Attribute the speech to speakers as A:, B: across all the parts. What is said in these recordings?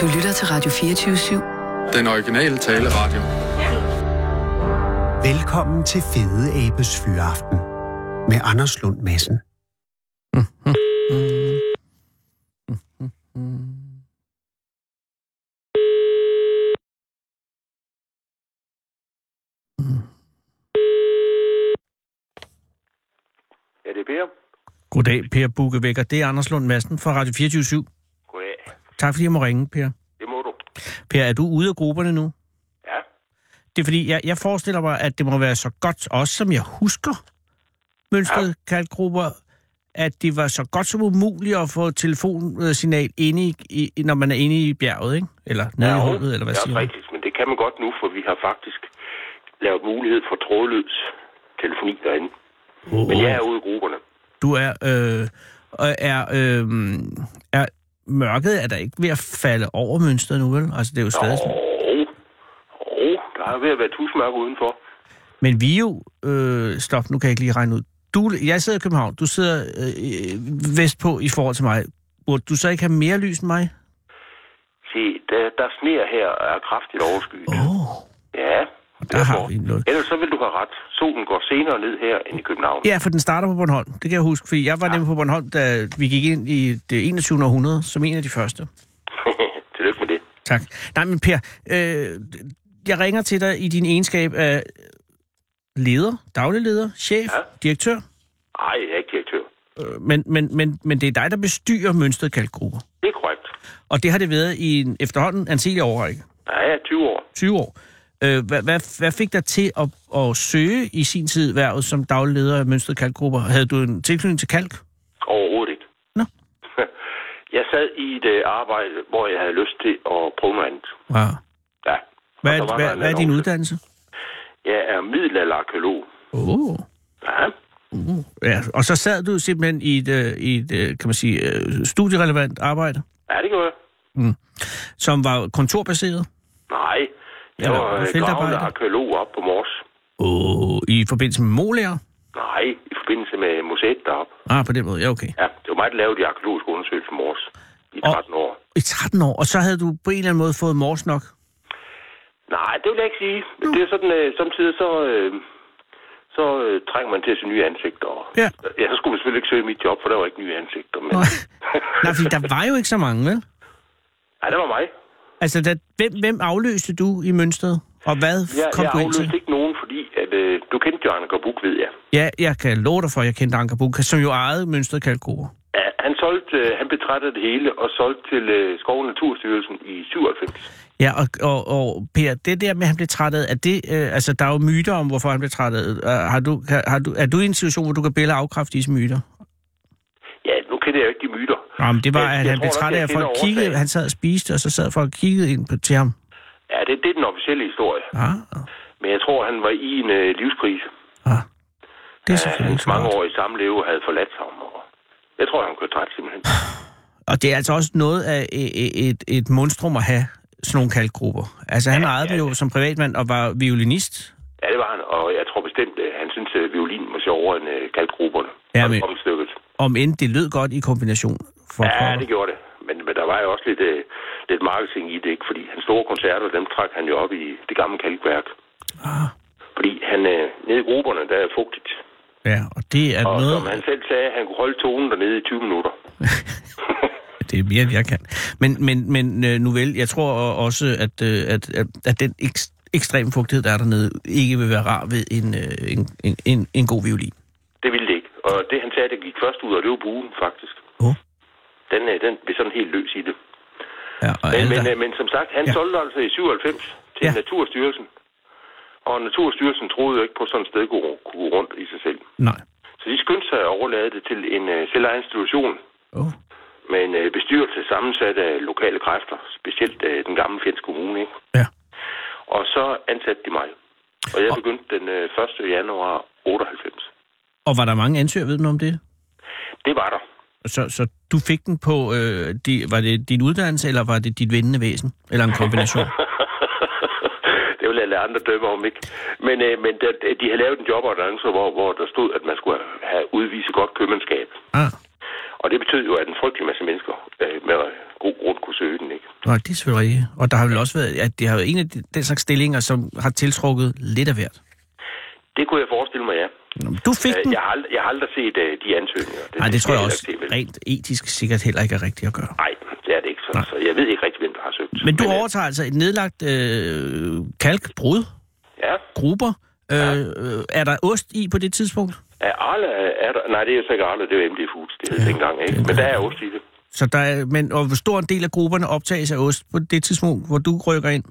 A: Du lytter til Radio 24 /7.
B: Den originale taleradio.
C: Velkommen til Fede Abes Fyraften med Anders Lund Madsen.
D: Ja, det er Per.
E: Goddag, Per Bukkevækker. Det er Anders Lund Madsen fra Radio 24 /7.
D: Goddag.
E: Tak fordi jeg må ringe, Per.
D: Det må du.
E: Per, er du ude af grupperne nu?
D: Ja.
E: Det er fordi, jeg, jeg forestiller mig, at det må være så godt, også som jeg husker mønstret ja. kaldgrupper, at det var så godt som umuligt at få telefonsignal inde i, i, når man er inde i bjerget, ikke? Eller nede ja, i hullet, eller hvad
D: det
E: siger
D: er
E: man?
D: rigtigt, men det kan man godt nu, for vi har faktisk lavet mulighed for trådløs telefoni derinde. Oh. Men jeg er ude i grupperne.
E: Du er, øh, og er, øh, er mørket er der ikke ved at falde over mønstret nu, vel? Altså, det er jo stadig... sådan-
D: Åh, oh, der er ved at være tusmørke udenfor.
E: Men vi er jo... Øh, stop, nu kan jeg ikke lige regne ud. Du, jeg sidder i København, du sidder øh, vestpå i forhold til mig. Burde du så ikke have mere lys end mig?
D: Se, der, der sneer her og er kraftigt overskyet.
E: Åh,
D: Ja,
E: der har vi noget.
D: Ellers så vil du have ret. Solen går senere ned her end i København.
E: Ja, for den starter på Bornholm. Det kan jeg huske, fordi jeg var nemlig på Bornholm, da vi gik ind i det 21. århundrede, som en af de første.
D: Tillykke med det.
E: Tak. Nej, men Per, øh, jeg ringer til dig i din egenskab af leder, daglig leder, chef, ja.
D: Ja.
E: direktør.
D: Nej, jeg er ikke direktør.
E: Øh, Men, men, men, men det er dig, der bestyrer mønstret kaldgrupper.
D: Det er korrekt.
E: Og det har det været i en efterhånden anselig overrække.
D: Ja, jeg er 20 år.
E: 20 år. Øh, hvad, hvad, hvad fik dig til at, at søge i sin tid hvervet som daglig leder af Mønsted Kalkgrupper? Havde du en tilknytning til kalk?
D: Overhovedet ikke.
E: Nå.
D: Jeg sad i et øh, arbejde, hvor jeg havde lyst til at prøve noget andet.
E: Wow.
D: Ja.
E: Hvad,
D: Og så var
E: er,
D: der
E: hvad,
D: en
E: hvad er din
D: annonce.
E: uddannelse?
D: Jeg er middelalderarkeolog.
E: Oh.
D: Ja.
E: Ja, og så sad du simpelthen i et, øh, i et øh, kan man sige, øh, studierelevant arbejde,
D: ja, det gjorde jeg.
E: som var kontorbaseret
D: Nej. Jeg
E: Eller
D: var øh,
E: feltarbejder.
D: gravende arkeolog op på Mors.
E: oh. i forbindelse med molærer.
D: Nej, i forbindelse med museet deroppe.
E: Ah, på den måde, ja, okay.
D: Ja, det var mig, der lavede de arkeologiske undersøgelser i Mors i
E: Og-
D: 13 år.
E: I 13 år, og så havde du på en eller anden måde fået mors nok.
D: Nej, det vil jeg ikke sige. Men det er sådan, øh, samtidig så, øh, så øh, trænger man til at se nye ansigter. Og,
E: Ja.
D: ja, så skulle man selvfølgelig ikke søge mit job, for der var ikke nye ansigter. Men...
E: Nej, fordi der var jo ikke så mange, vel?
D: ja, det var mig.
E: Altså, da, hvem, hvem afløste du i Mønsted? Og hvad
D: Jeg,
E: kom
D: jeg
E: du ind til?
D: afløste ikke nogen, fordi at, øh, du kendte Jørgen Gabuk, ved jeg.
E: Ja, jeg kan love dig for, at jeg kendte Anker Buch, som jo ejede Mønsted Kalkgruber.
D: Ja, han, solgte, øh, han betrættede det hele og solgte til øh, Skov- og Naturstyrelsen i 97.
E: Ja, og, og, og Per, det der med, at han blev træt af, er det, øh, altså, der er jo myter om, hvorfor han blev træt af. Øh, Har du, har, har du, er du i en situation, hvor du kan bælge afkræfte disse myter?
D: Ja, nu kender jeg jo ikke de myter.
E: Nå, men det var,
D: Jeg-
E: at
D: jeg
E: han blev
D: tror nok,
E: træt af,
D: jeg
E: at folk
D: kender
E: kiggede,
D: årsagen.
E: han sad og spiste, og så sad folk og kiggede ind på, til ham.
D: Ja, det, det er den officielle historie.
E: Ah,
D: Men jeg tror, han var i en øh, livskrise.
E: ah. Det er
D: Ja,
E: selvfølgelig
D: hans
E: ikke
D: mange
E: mange
D: år i samleve havde forladt ham. Og jeg tror, han kørte træt simpelthen.
E: Og det er altså også noget af øh, øh, et, et monstrum at have, sådan nogle kalkgrupper. Altså, han ejede dem jo som privatmand og var violinist.
D: Ja, det var han. Og jeg tror bestemt, øh, han syntes, at violinen var sjovere end øh, kalkgrupperne.
E: Ja,
D: Og
E: men-
D: omstykket.
E: Om end det lød godt i kombination for
D: Ja,
E: pokker.
D: det gjorde det. Men, men der var jo også lidt, øh, lidt marketing i det, ikke? Fordi hans store koncerter, dem trak han jo op i det gamle kalkværk.
E: Ah,
D: Fordi han, øh, nede i gruberne, der er fugtigt.
E: ja, og det er
D: Og
E: noget...
D: som han selv sagde, han kunne holde tonen dernede i 20 minutter.
E: Det er mere, end jeg kan. Men, men, men øh, nu vel, jeg tror også, at, øh, at, at, at den ekst, ekstrem fugtighed, der er dernede, ikke vil være rar ved en, øh, en, en, en, en god violin.
D: Det ville det ikke. Og det, han sagde, det gik først ud, og det var buen, faktisk.
E: Åh.
D: Den, øh, den blev sådan helt løs i det.
E: Ja, og
D: Men,
E: alle,
D: men,
E: der,
D: øh, men som sagt, han
E: Ja.
D: ja. solgte altså i 97 til
E: Ja.
D: ja. Naturstyrelsen. Og Naturstyrelsen troede jo ikke på, at sådan et sted kunne, kunne gå rundt i sig selv.
E: nej.
D: Så de skyndte sig at overlade det til en øh, selvejende institution
E: Oh.
D: med en øh, bestyrelse sammensat af lokale kræfter, specielt øh, den gamle Fjends Kommune. Ikke?
E: Ja.
D: Og så ansatte de mig. Og jeg begyndte den øh, 1. januar 98.
E: Og var der mange ansøgere, ved du noget om det?
D: Det var der.
E: Så, så du fik den på, øh, de, var det din uddannelse, eller var det dit vendende væsen? Eller en kombination?
D: det vil jeg lade andre dømme om, ikke? Men, øh, men der, de havde lavet en jobordnance, hvor, hvor der stod, at man skulle have udvise godt købmandskab.
E: ah,
D: Og det betød jo, at en frygtelig masse mennesker øh, med god grund kunne søge den, ikke?
E: Nej, det er selvfølgelig rigtigt. Og der har vel også været, at det har været en af de- den slags stillinger, som har tiltrukket lidt af hvert.
D: Det kunne jeg forestille mig, ja.
E: Nå, men Du fik
D: Øh,
E: den.
D: Jeg har, ald- jeg har aldrig set øh, de ansøgninger.
E: Nej, det tror jeg
D: heller
E: også
D: ikke, det er vel.
E: rent etisk sikkert heller ikke er rigtigt at gøre.
D: Nej, det er det ikke. Så, så jeg ved ikke rigtig, hvem der har søgt.
E: Men du
D: øh,
E: overtager altså et nedlagt øh, kalkbrud,
D: Ja.
E: grupper. Øh, øh, er der ost i på det tidspunkt?
D: Er Arla, er der... Nej, det er jo så ikke Arla, det er jo MD Foods, det hed ja, dengang, ikke? Men der er også i det.
E: Så der er, men, og hvor stor en del af grupperne optages af ost på det tidspunkt, hvor du rykker ind?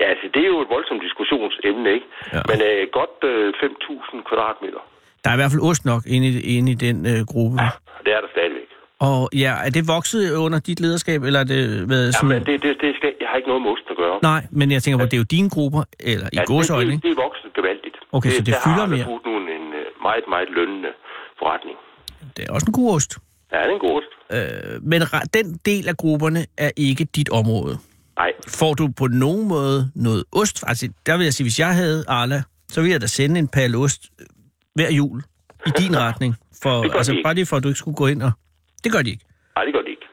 D: Ja, altså, det er jo et voldsomt diskussionsemne, ikke?
E: Ja.
D: Ja. Men øh, godt øh, 5.000 kvadratmeter,
E: Der er i hvert fald ost nok inde i, inde i den øh, gruppe. Ja.
D: det er der stadigvæk.
E: Og ja, er det vokset under dit lederskab, eller er det været sådan...
D: Jamen, det, det, det skal, jeg har ikke noget med osten at gøre.
E: Nej, men jeg tænker på, det er jo dine grupper, eller i ja,
D: det,
E: gåseøjne,
D: det,
E: ikke?
D: det er vokset gevaldigt.
E: Okay, så det
D: der
E: fylder
D: har Arla
E: mere.
D: Food nu en, en øh, meget, meget lønnende forretning.
E: Det er også en god ost.
D: Ja, det er en god ost.
E: Øh, men re- den del af grupperne er ikke dit område.
D: Nej,
E: Får du på nogen måde noget ost? Altså, der vil jeg sige, hvis jeg havde Arla, så ville jeg da sende en palle ost øh, hver jul i din retning. For,
D: Det gør de
E: altså,
D: ikke.
E: bare lige for, at du ikke skulle gå ind og... Det gør de ikke.
D: nej, det gør det ikke.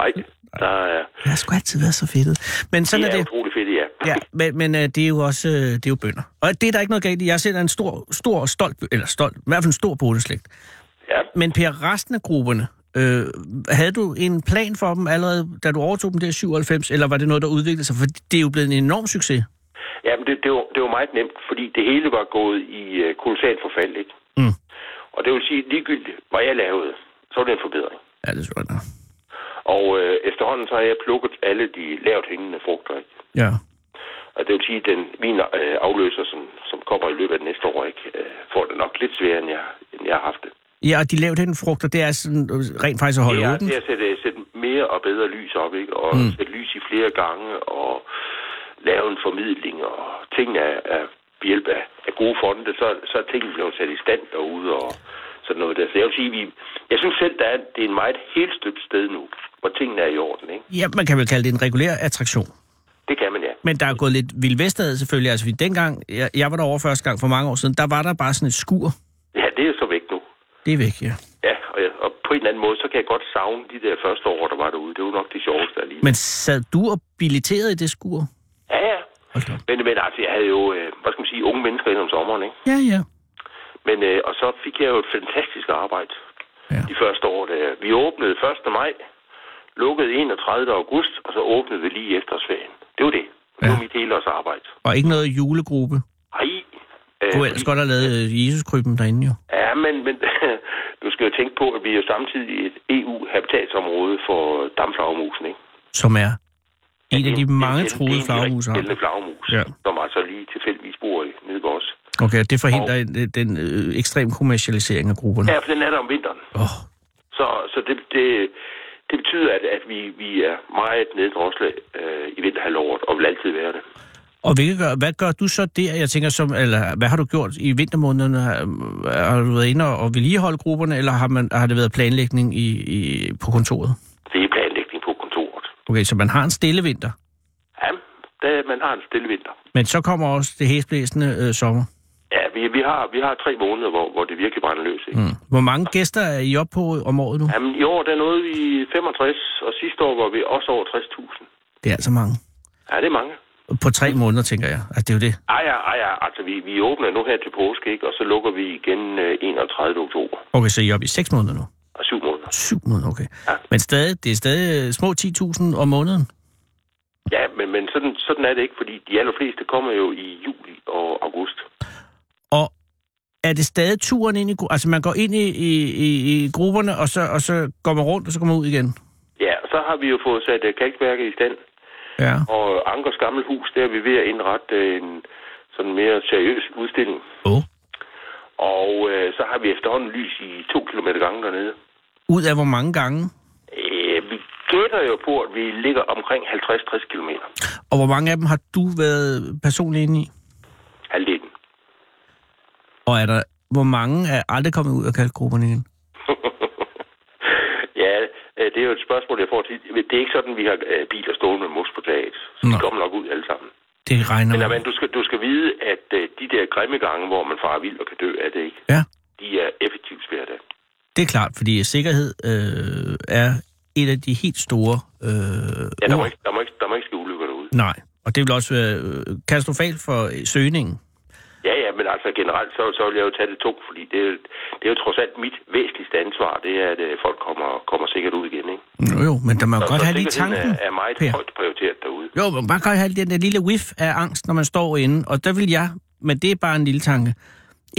D: Nej, der er...
E: Jeg har sgu altid været så fedtet. Men sådan
D: det
E: er
D: er
E: det.
D: utrolig fedt, ja.
E: Ja, men, men øh, det er jo også øh, det er jo bønder. Og det er der ikke noget galt i. Jeg selv er en stor, stor og stolt, bø- eller stolt, i hvert fald en stor bondeslægt.
D: ja.
E: Men Per, resten af grupperne, øh, havde du en plan for dem allerede, da du overtog dem der i 97, eller var det noget, der udviklede sig? For det er jo blevet en enorm succes.
D: Jamen, det, det, var, det var meget nemt, fordi det hele var gået i øh, kolossalt forfald, ikke?
E: Mm.
D: Og det vil sige, ligegyldigt, hvad jeg lavede, så var det en forbedring.
E: Ja, det tror jeg nok.
D: Og øh, efterhånden så har jeg plukket alle de lavt hængende frugter, ikke?
E: Ja.
D: Og det vil sige, at den, min øh, afløser, som, som kommer i løbet af det næste år, ikke, øh, får det nok lidt sværere, end jeg, end jeg har haft det.
E: Ja, og de lavt hængende frugter, det er sådan, øh, rent faktisk at
D: Det
E: holde
D: er,
E: åbent.
D: det er at sætte, sætte mere og bedre lys op, ikke? Og mm. sætte lys i flere gange, og lave en formidling, og ting er, er ved hjælp af, af gode fonde, så, så er tingene blevet sat i stand derude, og sådan noget der. Så jeg vil sige, vi, jeg synes selv, der er, det er en meget helt støbt sted nu, hvor tingene er i orden, ikke?
E: Ja, man kan vel kalde det en regulær attraktion.
D: Det kan man, ja.
E: Men der er gået lidt vildvestad selvfølgelig. Altså, fordi dengang, jeg, jeg var derovre første gang for mange år siden, der var der bare sådan et skur.
D: Ja, det er så væk nu.
E: Det er væk, ja.
D: Ja, og, jeg, og på en eller anden måde, så kan jeg godt savne de der første år, der var derude. Det var nok det sjoveste alligevel.
E: Men sad du og billeterede i det skur?
D: Ja, ja.
E: Hold da op.
D: Men, men altså, jeg havde jo, øh, hvad skal man sige, unge mennesker ind om sommeren, ikke?
E: Ja, ja.
D: Men, øh, og så fik jeg jo et fantastisk arbejde
E: Ja.
D: ja. de første år. Der. Vi åbnede 1. maj, lukkede 31. august, og så åbnede vi lige efter ferien. Det var det. Det var
E: Ja.
D: mit hele års arbejde.
E: Og ikke noget julegruppe.
D: Ej. Øh,
E: Du kunne ellers godt have lavet øh, Jesuskrybben derinde, jo.
D: Ja, men, men du skal jo tænke på, at vi er jo samtidig et EU-habitatsområde for damflagermusen, ikke? Altså,
E: som er en af de mange
D: det-
E: troede
D: det- det er en rigtig gældende
E: flagermusarter.
D: flagermus,
E: Ja.
D: ja. som altså lige tilfældigvis bor i nede ved os.
E: Okay, det forhindrer den, den øh, ekstrem kommercialisering af grupperne.
D: Ja, for den er der om vinteren.
E: Åh,
D: Så, så det, det, det betyder, at, at vi, vi er meget neddrosle øh, i vinterhalvåret, og vil altid være det.
E: Og hvilket gør, hvad gør du så der, jeg tænker som, eller hvad har du gjort i vintermånederne? Har- øh, Har du været inde og og vedligeholde grupperne, eller har, man, har det været planlægning i, i, på kontoret?
D: Det er planlægning på kontoret.
E: Okay, så man har en stille vinter,
D: Ja, da man har en stille vinter.
E: men så kommer også det hæsblæsende øh, sommer.
D: Ja, vi, vi, har, vi har tre måneder, hvor, hvor det virkelig brænder løs. Ikke? Mm.
E: Mm. Hvor mange gæster er I oppe på om året nu?
D: Jamen, i år der nåede vi 65, og sidste år var vi også over 60.000.
E: Det er altså mange.
D: Ja, det er mange.
E: På tre måneder, tænker jeg. Altså, det er jo det.
D: Ej, ja, ej, ja. altså vi, vi åbner nu her til påske, ikke? og så lukker vi igen øh, 31. oktober.
E: Okay, så I er oppe i seks måneder nu.
D: Og syv måneder.
E: Syv måneder, okay.
D: Ja.
E: Men stadig, det er stadig øh, små 10.000 om måneden.
D: Ja, men, men sådan, sådan er det ikke, fordi de allerfleste kommer jo i juli og august.
E: Og er det stadig turen ind i... gru- Altså, man går ind i, i, i, i grupperne, og så, og så går man rundt, og så kommer man ud igen.
D: Ja, og så har vi jo fået sat øh, kalkværket i stand,
E: Ja.
D: og Ankers gamle hus, der er vi ved at indrette øh, en sådan mere seriøs udstilling.
E: Oh.
D: Og øh, så har vi efterhånden lys i to kilometer gange dernede.
E: Ud af hvor mange gange?
D: Øh, vi gætter jo på, at vi ligger omkring 50-60 kilometer.
E: Og hvor mange af dem har du været personligt inde i?
D: Halvdelen.
E: Og er der... Hvor mange er aldrig kommet ud af kalkgrupperne igen?
D: Ja, øh, det er jo et spørgsmål, jeg får til. Det er ikke sådan, vi har øh, biler stående med mos på taget. Så
E: Nå.
D: de kommer nok ud alle sammen.
E: Det regner
D: Men,
E: man.
D: men du, skal, du skal vide, at øh, de der grimme gange, hvor man farer vild og kan dø af det, ikke?
E: Ja,
D: de er effektivt hver dag.
E: det er klart, fordi sikkerhed øh, er et af de helt store øh,
D: Ja, der må,
E: ord.
D: ikke, der, må ikke, der må ikke ske ulykker derude.
E: Nej, og det vil også være øh, katastrofalt for øh, søgningen.
D: Ja, ja, men altså generelt, så, så vil jeg jo tage det tungt, fordi det, er- det er jo trods alt mit væsentligste ansvar, det er, at øh, folk kommer, kommer sikkert ud igen, ikke?
E: Jo, jo, men der må jo
D: Så-
E: godt
D: så
E: have lige
D: sikkerheden
E: tanken,
D: er, er meget
E: Per.
D: højt prioriteret derude.
E: Jo, man kan godt have den der lille whiff af angst, når man står inde. Og der vil jeg, men det er bare en lille tanke,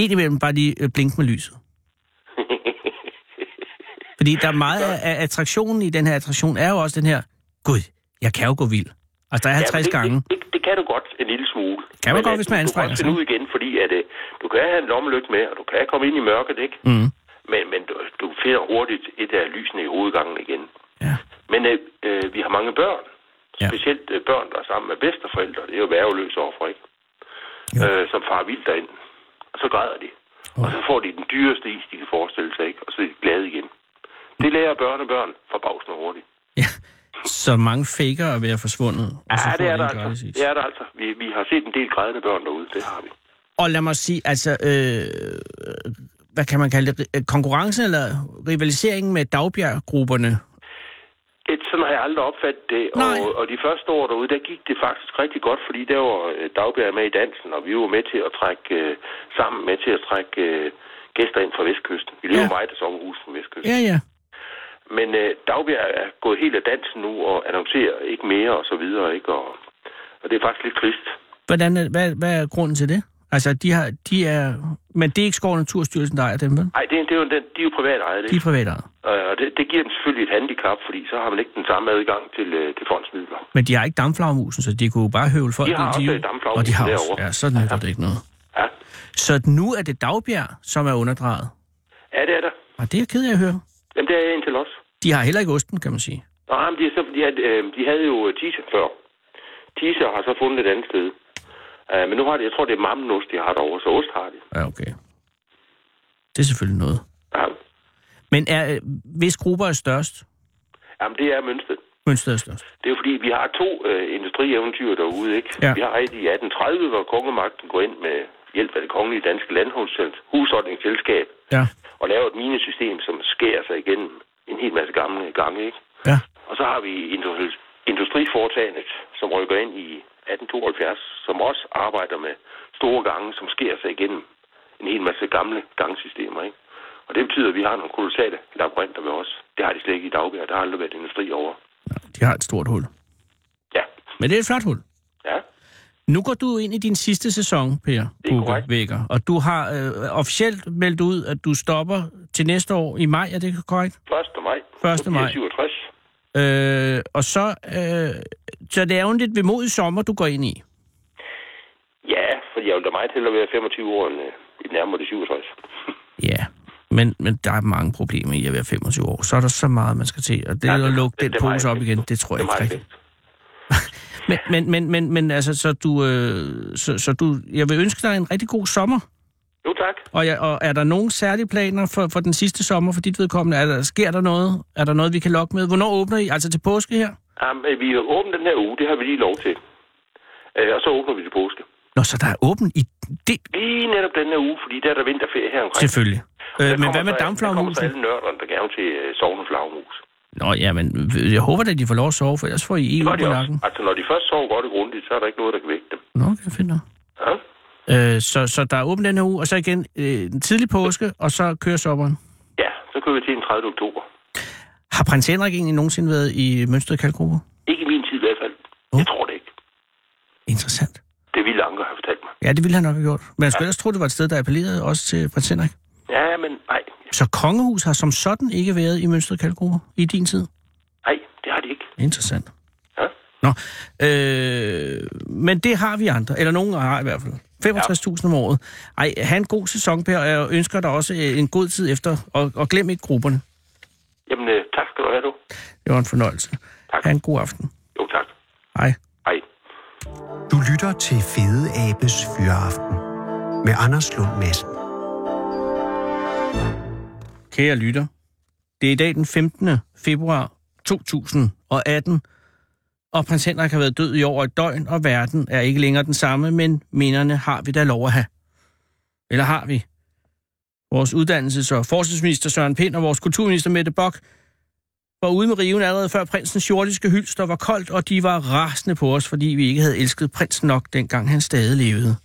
E: indimellem bare lige øh, blinke med lyset. Fordi der er meget af, af attraktionen i den her attraktion, er jo også den her, gud, jeg kan jo gå vild. Altså, der er 50
D: det,
E: gange.
D: Det, det, det kan du godt en lille smule.
E: Kan man
D: Men,
E: godt,
D: øh,
E: hvis man
D: du-
E: anstrenger
D: Du kan
E: sig.
D: godt finde ud igen, fordi at, øh, du kan have en lommelygte med, og du kan komme ind i mørket, ikke?
E: Mm.
D: Men, men du, du finder hurtigt et af lysene i hovedgangen igen.
E: Ja.
D: Men øh, øh, vi har mange børn.
E: Ja.
D: Specielt øh, børn, der er sammen med bedsteforældre. Det er jo værveløse offer, ikke?
E: Jo.
D: Øh, som far vildt derind. Og så græder de. Og så får de den dyreste is, de kan forestille sig, ikke? Og så er de glade igen. Det lærer børn og børn forbavsende hurtigt.
E: ja. Så mange faker er ved at forsvundet. Og så
D: Ja, det
E: får
D: er der
E: de en
D: altså.
E: gratis is.
D: Det er der altså. Vi, vi har set en del grædende børn derude. Det har vi.
E: Og lad mig sige, altså, øh, hvad kan man kalde det? Øh, Konkurrencen eller rivaliseringen med dagbjerggrupperne?
D: Et, sådan har jeg aldrig opfattet det,
E: Nej.
D: og, og de første år derude, der gik det faktisk rigtig godt, fordi der var øh, Dagbjerg med i dansen, og vi var med til at trække, øh, sammen med til at trække øh, gæster ind fra Vestkysten. Vi lever
E: Ja.
D: meget af sommerhus fra Vestkysten.
E: Ja, ja.
D: Men øh, Dagbjerg er gået helt af dansen nu, og annoncerer ikke mere, og så videre, ikke? Og, og det er faktisk lidt trist.
E: Hvordan er, hvad, hvad er grunden til det? Altså, de, har, de er... Men det er ikke Skov og Naturstyrelsen, der ejer dem, vel?
D: Ej, det, er- det er jo, den, de er jo privat ejet,
E: De er
D: ikke?
E: private ejet.
D: Øh, Og det, det giver dem selvfølgelig et handicap, fordi så har man ikke den samme adgang til, øh, til fondsmidler.
E: Men de har ikke dampflagmusen, så de kunne jo bare høvle folk.
D: De har
E: ned,
D: også
E: jo-
D: et dampflagmus
E: Og de har også,
D: derovre.
E: ja, sådan er det ikke noget.
D: Ja,
E: Så nu er det Dagbjerg, som er underdrejet.
D: ja det er der.
E: Og det er jeg ked af at høre.
D: Jamen, det er jeg indtil også.
E: De har heller ikke osten, kan man sige.
D: Nej, men de, er så, de, havde, øh, de havde jo øh, Tise før. Tise har så fundet et andet sted. Uh, men nu har de, jeg tror, det er mammenost, de har derovre, så ost har de.
E: Ja, okay. Det er selvfølgelig noget.
D: Ja.
E: Men er, øh, hvis grupper er størst,
D: Jamen, det er mønstet.
E: Mønsted er størst.
D: Det er jo fordi, vi har to øh, industrieventyr derude, ikke?
E: Ja.
D: Vi har et i 1830, hvor kongemagten går ind med hjælp af det kongelige danske landhusholdningsselskab
E: Ja,
D: og laver et minesystem, som skærer sig igennem en hel masse gamle gange, ikke?
E: ja.
D: Og så har vi industri- industriforetagendet, som rykker ind i 1872, som også arbejder med store gange, som sker sig igennem en hel masse gamle gangsystemer. Ikke? Og det betyder, at vi har nogle kolossale labyrinter ved os. Det har de slet ikke i Dagbjerg. Der har aldrig været industri over.
E: De har et stort hul.
D: Ja,
E: Men det er et flot hul.
D: ja.
E: Nu går du ind i din sidste sæson, Per
D: er
E: Bugge
D: korrekt.
E: Vækker, og du har øh, officielt meldt ud, at du stopper til næste år i maj, er det korrekt?
D: 1. maj.
E: 1. maj.
D: 67.
E: Øh, og så, øh, så det er jo en lidt vemodig sommer, du går ind i.
D: Ja, fordi jeg vil da meget hellere være 25 år end øh, i nærmere det 67.
E: Ja, men, men der er mange problemer i at være 25 år. Så er der så meget, man skal til, og det
D: Ja,
E: er
D: det-
E: at lukke
D: det-
E: den
D: det er
E: pose
D: meget
E: op
D: fedt.
E: igen, det tror
D: Det
E: jeg
D: er
E: ikke
D: meget
E: rigtigt.
D: fedt.
E: Men, men, men, men, men altså, så du, øh, så, så du, jeg vil ønske dig en rigtig god sommer.
D: Jo, tak.
E: Og, jeg, og er der nogen særlige planer for, for den sidste sommer for dit vedkommende? Er der, sker der noget? Er der noget, vi kan lokke med? Hvornår åbner I? Altså til påske her?
D: Jamen, øh, vi er åbent den her uge. Det har vi lige lov til. Øh, Og så åbner vi til påske.
E: Nå, så der er åbent i... Det,
D: Lige netop den her uge, fordi der er der vinterferie her omkring.
E: selvfølgelig.
D: Der
E: Øh, men
D: kommer
E: hvad med
D: så- Der kommer så
E: dampflagmusen?
D: alle nørderne, der gerne vil til øh, sovende flagmus.
E: Nå, ja, men øh, jeg håber da, de får lov at sove, for ellers får I EU
D: Det gør de
E: på
D: også.
E: nakken.
D: Altså, når de først sover godt og grundigt, så er der ikke noget, der kan vække dem.
E: Nå, okay, fint nok.
D: Ja?
E: Øh, så, så der er åbent den her uge, og så igen øh, en tidlig påske, og så kører sommeren.
D: ja, så kører vi til den 30. oktober.
E: Har prins Henrik egentlig nogensinde været i Mønsted Kaldgruppe?
D: Ikke i min tid i hvert fald. Jeg tror det ikke.
E: Interessant.
D: Det ville Anker have fortalt mig.
E: Ja, det ville han nok have gjort. Men jeg skulle ellers tro, det var et sted, der appellerede også til prins Henrik.
D: Ja, men nej.
E: Så kongehus har som sådan ikke været i Mønsted Kaldgruppe i din tid?
D: Nej, det har de ikke.
E: Interessant.
D: Ja?
E: Nå, øh, men det har vi andre, eller nogen har i hvert fald. 65.000 om året. Ej, have en god sæson, Per, og jeg ønsker dig også øh, en god tid efter, og, og glem ikke grupperne.
D: Jamen, øh, tak skal du have, du.
E: Det var en fornøjelse.
D: Tak.
E: Ha' en god aften.
D: Jo, tak.
E: Hej.
D: Hej.
C: Du lytter til Fede Abes Fyraften med Anders Lund Madsen.
E: Kære lytter, det er i dag den 15. februar 2018, og prins Henrik har været død i over et døgn, og verden er ikke længere den samme, men minderne har vi da lov at have. Eller har vi? Vores uddannelses- og forskningsminister Søren Pind og vores kulturminister Mette Bock var ude med riven allerede før prinsens jordiske hylster var koldt, og de var rasende på os, fordi vi ikke havde elsket prinsen nok, dengang han stadig levede.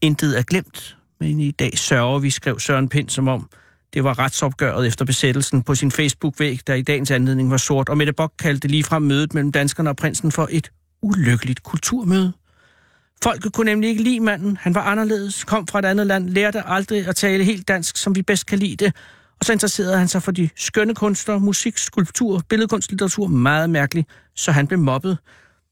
E: Intet er glemt, men i dag sørger vi, skrev Søren Pind, som om det var retsopgøret efter besættelsen på sin Facebook-væg, der i dagens anledning var sort, og Mette Bock kaldte ligefrem mødet mellem danskerne og prinsen for et ulykkeligt kulturmøde. Folket kunne nemlig ikke lide manden. Han var anderledes, kom fra et andet land, lærte aldrig at tale helt dansk, som vi bedst kan lide det. Og så interesserede han sig for de skønne kunster, musik, skulptur, billedkunst, litteratur. Meget mærkeligt, så han blev mobbet,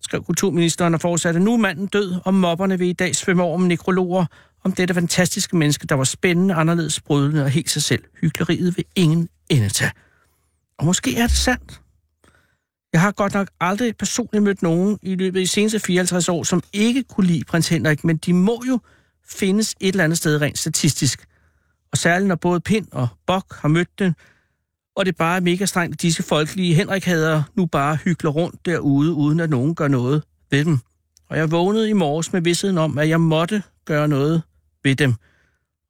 E: skrev kulturministeren og fortsatte. Nu er manden død, og mobberne vil i dag svømme over med nekrologer om dette fantastiske menneske, der var spændende, anderledes, brydende og helt sig selv. Hykleriet vil ingen ende tage. Og måske er det sandt. Jeg har godt nok aldrig personligt mødt nogen i løbet af de seneste 54 år, som ikke kunne lide prins Henrik, men de må jo findes et eller andet sted rent statistisk. Og særligt når både Pind og Bok har mødt den, og det er bare mega strengt, at disse folkelige henrik hader nu bare hykler rundt derude, uden at nogen gør noget ved dem. Og jeg vågnede i morges med vidsheden om, at jeg måtte gøre noget ved dem.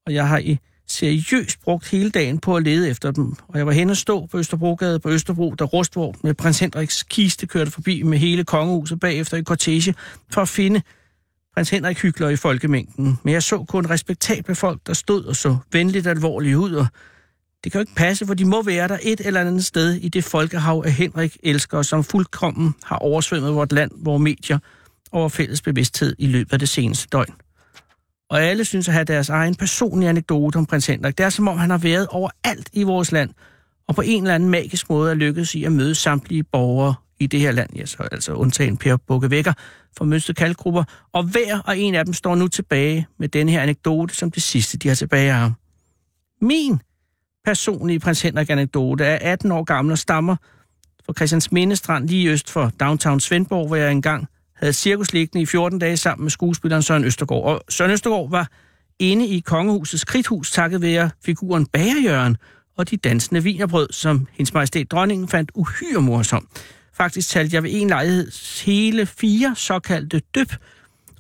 E: Og jeg har i seriøst brugt hele dagen på at lede efter dem, og jeg var hen og stå på Østerbrogade på Østerbro, der rustvogn med prins Henriks kiste kørte forbi med hele kongehuset bagefter i kortege, for at finde prins Henrik hykler i folkemængden. Men jeg så kun respektable folk, der stod og så venligt alvorlige ud, og det kan jo ikke passe, for de må være der et eller andet sted i det folkehav af Henrik elsker, som fuldkommen har oversvømmet vort land, vores medier og vores fælles bevidsthed i løbet af det seneste døgn og alle synes at have deres egen personlige anekdote om prins Henrik. Det er som om, han har været overalt i vores land, og på en eller anden magisk måde er lykkedes i at møde samtlige borgere i det her land, ja, så, altså undtagen Per Bukkevækker fra Mønster Kaldgrupper, og hver og en af dem står nu tilbage med denne her anekdote som det sidste, de har tilbage af ham. Min personlige prins Henrik-anekdote er 18 år gammel og stammer fra Christians Mindestrand lige øst for downtown Svendborg, hvor jeg engang havde et cirkus liggende i 14 dage sammen med skuespilleren Søren Østergaard. Og Søren Østergaard var inde i kongehusets kridthus takket være figuren Bagerjørgen og de dansende vinerbrød, som hendes majestæt dronningen fandt uhyre morsom. Faktisk talte jeg ved en lejlighed hele fire såkaldte døb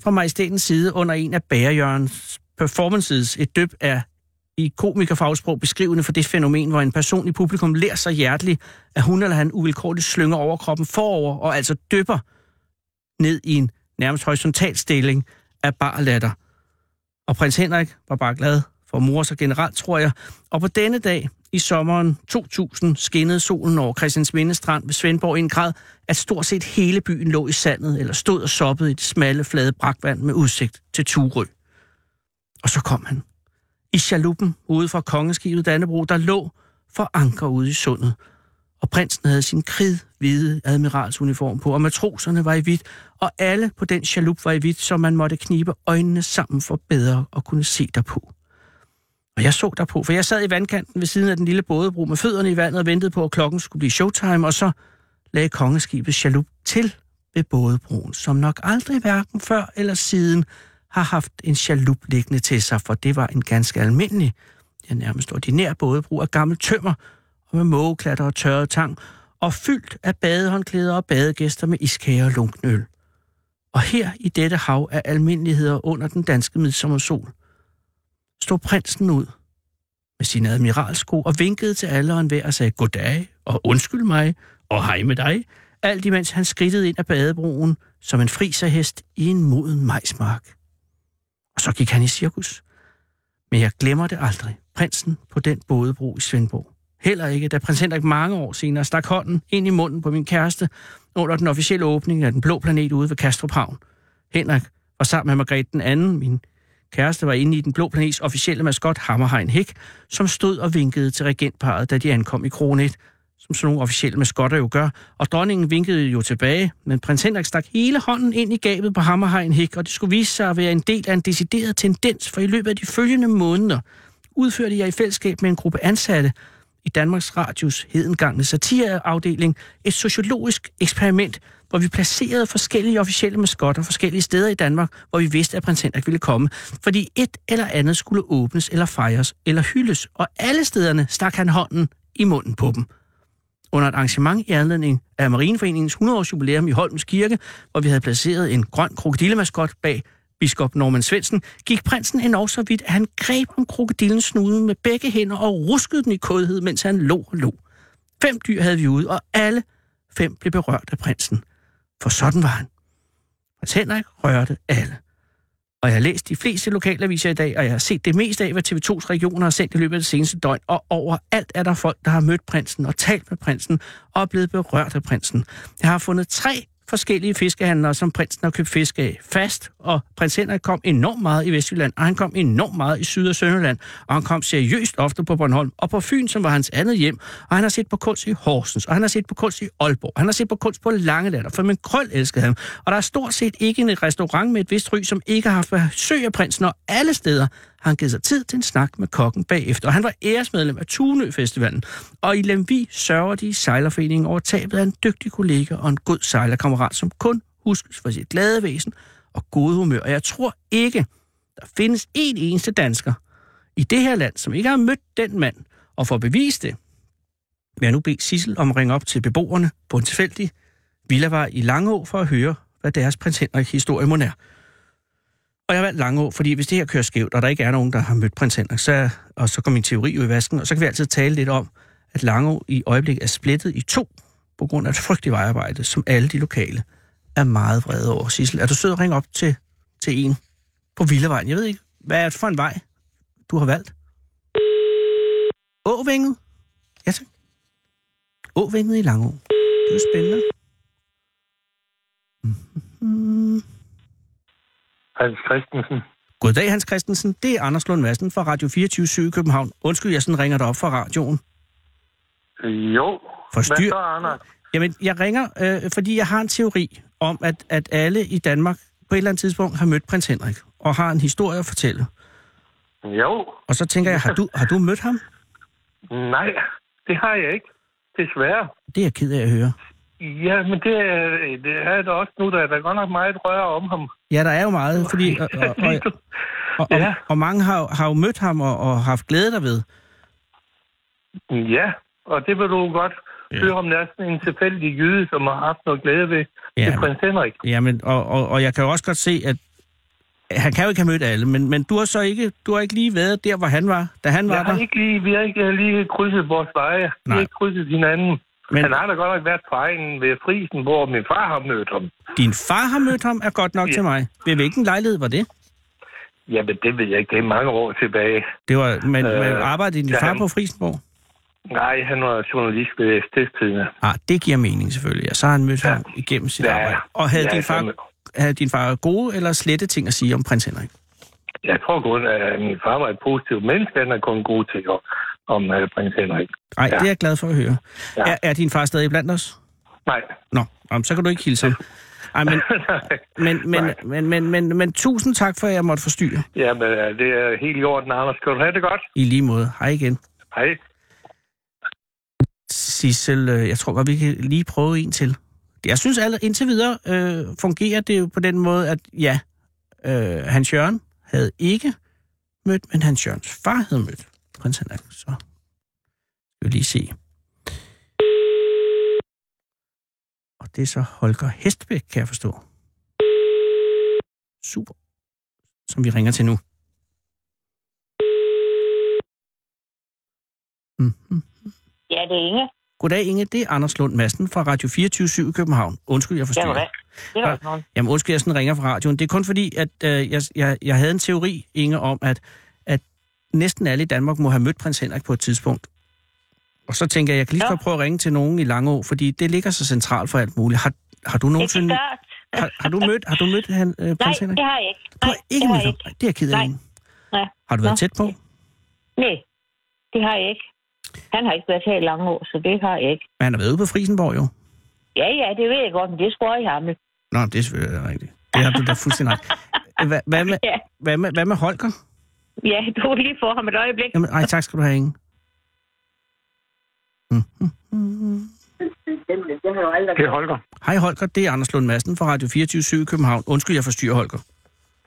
E: fra majestætens side under en af Bagerjørgens performances. Et døb er i komikerfagsprog beskrivende for det fænomen, hvor en person i publikum lærer sig hjerteligt, at hun eller han uvilkårligt slynger overkroppen forover og altså døber ned i en nærmest horisontal stilling af barlatter. Og prins Henrik var bare glad for mor så generelt, tror jeg. Og på denne dag i sommeren 2000 skinnede solen over Christiansminde Strand ved Svendborg i en grad, at stort set hele byen lå i sandet eller stod og soppede i det smalle, flade brakvand med udsigt til Turø. Og så kom han. I chaluppen ude fra kongeskibet Dannebro, der lå for anker ude i sundet og prinsen havde sin kridhvide admiralsuniform på, og matroserne var i hvidt, og alle på den chalup var i hvidt, så man måtte knibe øjnene sammen for bedre at kunne se derpå. Og jeg så derpå, for jeg sad i vandkanten ved siden af den lille bådebro med fødderne i vandet og ventede på, at klokken skulle blive showtime, og så lagde kongeskibet chalup til ved bådebroen, som nok aldrig hverken før eller siden har haft en chalup liggende til sig, for det var en ganske almindelig, ja nærmest ordinær bådebro af gammel tømmer, og med mågeklatter og tørret tang, og fyldt af badehåndklæder og badegæster med iskager og lunknøl. Og her i dette hav af almindeligheder under den danske midsommersol, stod prinsen ud med sine admiralsko og vinkede til alle og enhver og sagde goddag og undskyld mig og hej med dig, alt imens han skridtede ind af badebroen som en friserhest i en moden majsmark. Og så gik han i cirkus. Men jeg glemmer det aldrig, prinsen på den bådebro i Svendborg. Heller ikke, da prins Henrik mange år senere stak hånden ind i munden på min kæreste under den officielle åbning af den blå planet ude ved Kastrup Havn. Henrik var sammen med Margrethe den anden. Min kæreste var inde i den blå planets officielle maskot Hammerhegn Hæk, som stod og vinkede til regentparet, da de ankom i Kronet, som sådan nogle officielle maskotter jo gør, og dronningen vinkede jo tilbage, men prins Henrik stak hele hånden ind i gabet på Hammerhegn Hæk, og det skulle vise sig at være en del af en decideret tendens, for i løbet af de følgende måneder udførte jeg i fællesskab med en gruppe ansatte, i Danmarks Radios hedengangne satireafdeling et sociologisk eksperiment, hvor vi placerede forskellige officielle maskotter forskellige steder i Danmark, hvor vi vidste, at prins Henrik ville komme, fordi et eller andet skulle åbnes eller fejres eller hyldes, og alle stederne stak han hånden i munden på dem. Under et arrangement i anledning af Marineforeningens 100-års jubilæum i Holmens Kirke, hvor vi havde placeret en grøn krokodillemaskot bag biskop Norman Svendsen, gik prinsen endnu så vidt, at han greb om krokodillens snude med begge hænder og ruskede den i kodhed, mens han lå og lå. Fem dyr havde vi ude, og alle fem blev berørt af prinsen. For sådan var han. Prins Henrik rørte alle. Og jeg har læst de fleste lokalaviser i dag, og jeg har set det meste af, hvad TV2's regioner har sendt i løbet af det seneste døgn. Og overalt er der folk, der har mødt prinsen og talt med prinsen og er blevet berørt af prinsen. Jeg har fundet tre forskellige fiskehandlere, som prinsen har købt fisk af fast, og prins Henrik kom enormt meget i Vestjylland, og han kom enormt meget i Syd- og Sønderland, og han kom seriøst ofte på Bornholm, og på Fyn, som var hans andet hjem, og han har set på kunst i Horsens, og han har set på kunst i Aalborg, og han har set på kunst på Langeland, og for min krøl elskede ham, og der er stort set ikke en restaurant med et vist ry, som ikke har haft besøg af prinsen, og alle steder har han givet sig tid til en snak med kokken bagefter, og han var æresmedlem af Tunø Festivalen. Og i Lemvi sørger de i sejlerforeningen over tabet af en dygtig kollega og en god sejlerkammerat, som kun huskes for sit glade væsen og gode humør. Og jeg tror ikke, der findes en eneste dansker i det her land, som ikke har mødt den mand, og for at bevise det, vil jeg nu bede Sissel om at ringe op til beboerne på en tilfældig villavej i Langå for at høre, hvad deres prins Henrik historie må er. Og jeg har valgt Langå, fordi hvis det her kører skævt, og der ikke er nogen, der har mødt prins Henrik, så, og så går min teori jo i vasken, og så kan vi altid tale lidt om, at Langå i øjeblikket er splittet i to, på grund af et frygteligt vejarbejde, som alle de lokale er meget vrede over. Sissel, er du sød at ringe op til, til en på Villevejen? Jeg ved ikke, hvad er det for en vej, du har valgt? Åvinget? Ja, tak. Åvinget i Langå. Det er jo spændende. Mm-hmm.
A: Hans Christensen.
E: Goddag, Hans Christensen. Det er Anders Lund Madsen fra Radio 24 i København. Undskyld, jeg sådan ringer dig op fra radioen.
A: Jo.
E: Forstyr-
A: Hvad så, Anders?
E: Jamen, jeg ringer, øh, fordi jeg har en teori om, at, at alle i Danmark på et eller andet tidspunkt har mødt prins Henrik og har en historie at fortælle.
A: Jo.
E: Og så tænker jeg, har du, har du mødt ham?
A: Nej, det har jeg ikke. Desværre.
E: Det er jeg ked af at høre.
A: Ja, men det, er- det er der også nu. Der er der godt nok meget røre om ham.
E: Ja, der er jo meget, fordi... Og, og, og, og, og,
A: Ja.
E: og mange har, jo- har jo mødt ham og, og haft glæde derved.
A: ja, og det vil du godt
E: Ja.
A: høre om næsten en tilfældig jyde, som har haft noget glæde ved
E: Ja,
A: ja. til
E: men-
A: prins Henrik.
E: Jamen, og, og, og jeg kan jo også godt se, at han kan jo ikke have mødt alle, men, men du har så ikke, du har ikke lige været der, hvor han var, da han var
A: Jeg
E: der.
A: har ikke lige, vi har ikke lige krydset vores veje. Vi
E: Nej.
A: har ikke krydset hinanden.
E: Men-
A: Men... Han har da godt nok været på egen ved Frisen, hvor min far har mødt ham.
E: Din far har mødt ham, er godt nok ja.
A: Ja.
E: til mig. Ved hvilken lejlighed var det?
A: Jamen, det ved jeg ikke. Det er mange år tilbage.
E: Det var, men øh,
A: Øh,
E: man arbejdede din
A: da
E: far
A: han-
E: på Frisenborg?
A: Nej, han var journalist ved Stiftstidene.
E: Ah, det giver mening selvfølgelig. Ja, så har han mødt ja. ham igennem sit ja.
A: Ja.
E: arbejde. Og havde,
A: Ja,
E: din far,
A: som-
E: havde din far gode eller slette ting at sige om prins Henrik?
A: Jeg tror kun, at min far var et positivt menneske. Han er kun god til at om uh, prins Henrik.
E: Nej, ja.
A: Ja.
E: det er jeg glad for at høre. Ja.
A: Ja.
E: Er, er din far stadig blandt os?
A: Nej.
E: Nå, om, så kan du ikke hilse ham. Ej, men, men, men,
A: Nej.
E: men, men, men, men tusind tak for, at jeg måtte forstyrre.
A: Jamen, øh, det er helt i orden, Anders. Skal du have det godt?
E: I lige måde. Hej igen.
A: Hej.
E: Sissel, øh, jeg tror godt, vi kan lige prøve en til. Jeg synes alle, indtil videre øh, fungerer det jo på den måde, at ja, øh, Hans Jørgen havde ikke mødt, men Hans Jørgens far havde mødt prins Henrik. Så skal vi lige se. Og det er så Holger Hestbæk, kan jeg forstå. Super. Som vi ringer til nu. Mm-hmm.
F: Ja, det er Inge.
E: Goddag Inge, det er Anders Lund Madsen fra Radio 24 i København. Undskyld, jeg
F: Det
E: forstyrrer.
F: var det. Det
E: Ja.
F: var ikke nogen.
E: Jamen undskyld, jeg sådan ringer fra radioen. Det er kun fordi, at øh, jeg, jeg, jeg havde en teori, Inge, om, at, at næsten alle i Danmark må have mødt prins Henrik på et tidspunkt. Og så tænker jeg, jeg kan lige så
F: Ja.
E: godt prøve at ringe til nogen i Langå, fordi det ligger så centralt for alt muligt. Har, har du
F: Ikke
E: nogensinde...
F: klart.
E: Har, har du mødt, har du mødt han, øh,
F: Nej,
E: prins Henrik?
F: det har jeg ikke.
E: Du
F: Nej,
E: har ikke
F: det har
E: mødt
F: jeg
E: ham.
F: ikke.
E: Ej, Det er jeg ked af.
F: Nej.
E: Inge.
F: Nej.
E: Har du været
F: Nå.
E: tæt på?
F: Nej, det har jeg ikke. Han har ikke været her i lange år, så det har jeg ikke.
E: Men han har været ude på Frisenborg jo.
F: Ja, ja, det ved jeg godt, men det er sgu i hamlet.
E: Nå, det er selvfølgelig rigtigt. Det har du da fuldstændig ret. Hvad, hvad, med,
F: Ja.
E: hvad, med, hvad med Holger?
F: Ja, du er lige for ham et øjeblik.
E: Jamen, ej, tak skal du have, Inge. Mm.
A: Det er Holger.
E: Hej Holger, det er Anders Lund Madsen fra Radio 24 i København. Undskyld, jeg forstyrrer Holger.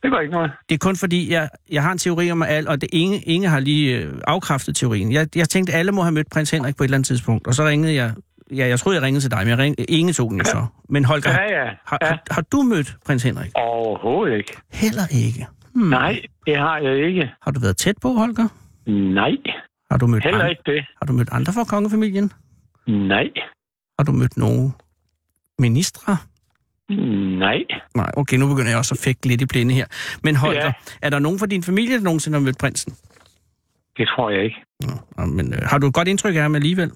A: Det går ikke noget.
E: Det er kun fordi, jeg, jeg har en teori om at alt, og det Inge, Inge har lige øh, afkræftet teorien. Jeg, jeg tænkte, alle må have mødt prins Henrik på et eller andet tidspunkt, og så ringede jeg. Ja, jeg troede, jeg ringede til dig, men jeg ringede, Inge tog den jo så. Men Holger,
A: Ja,
E: har,
A: ja. ja.
E: har, har du mødt prins Henrik?
A: Overhovedet ikke.
E: Heller ikke. Hmm.
A: Nej, det har jeg ikke.
E: Har du været tæt på, Holger?
A: Nej,
E: Har du mødt,
A: heller
E: andre,
A: ikke det.
E: har du mødt andre fra kongefamilien?
G: Nej.
E: Har du mødt nogen ministre?
G: Nej.
E: Nej, okay, nu begynder jeg også at fægte lidt i blinde her. Men Holger, ja.
G: Ja.
E: er der nogen fra din familie, der nogensinde har mødt prinsen?
G: Det tror jeg ikke.
E: Nå, men øh, har du et godt indtryk af ham alligevel?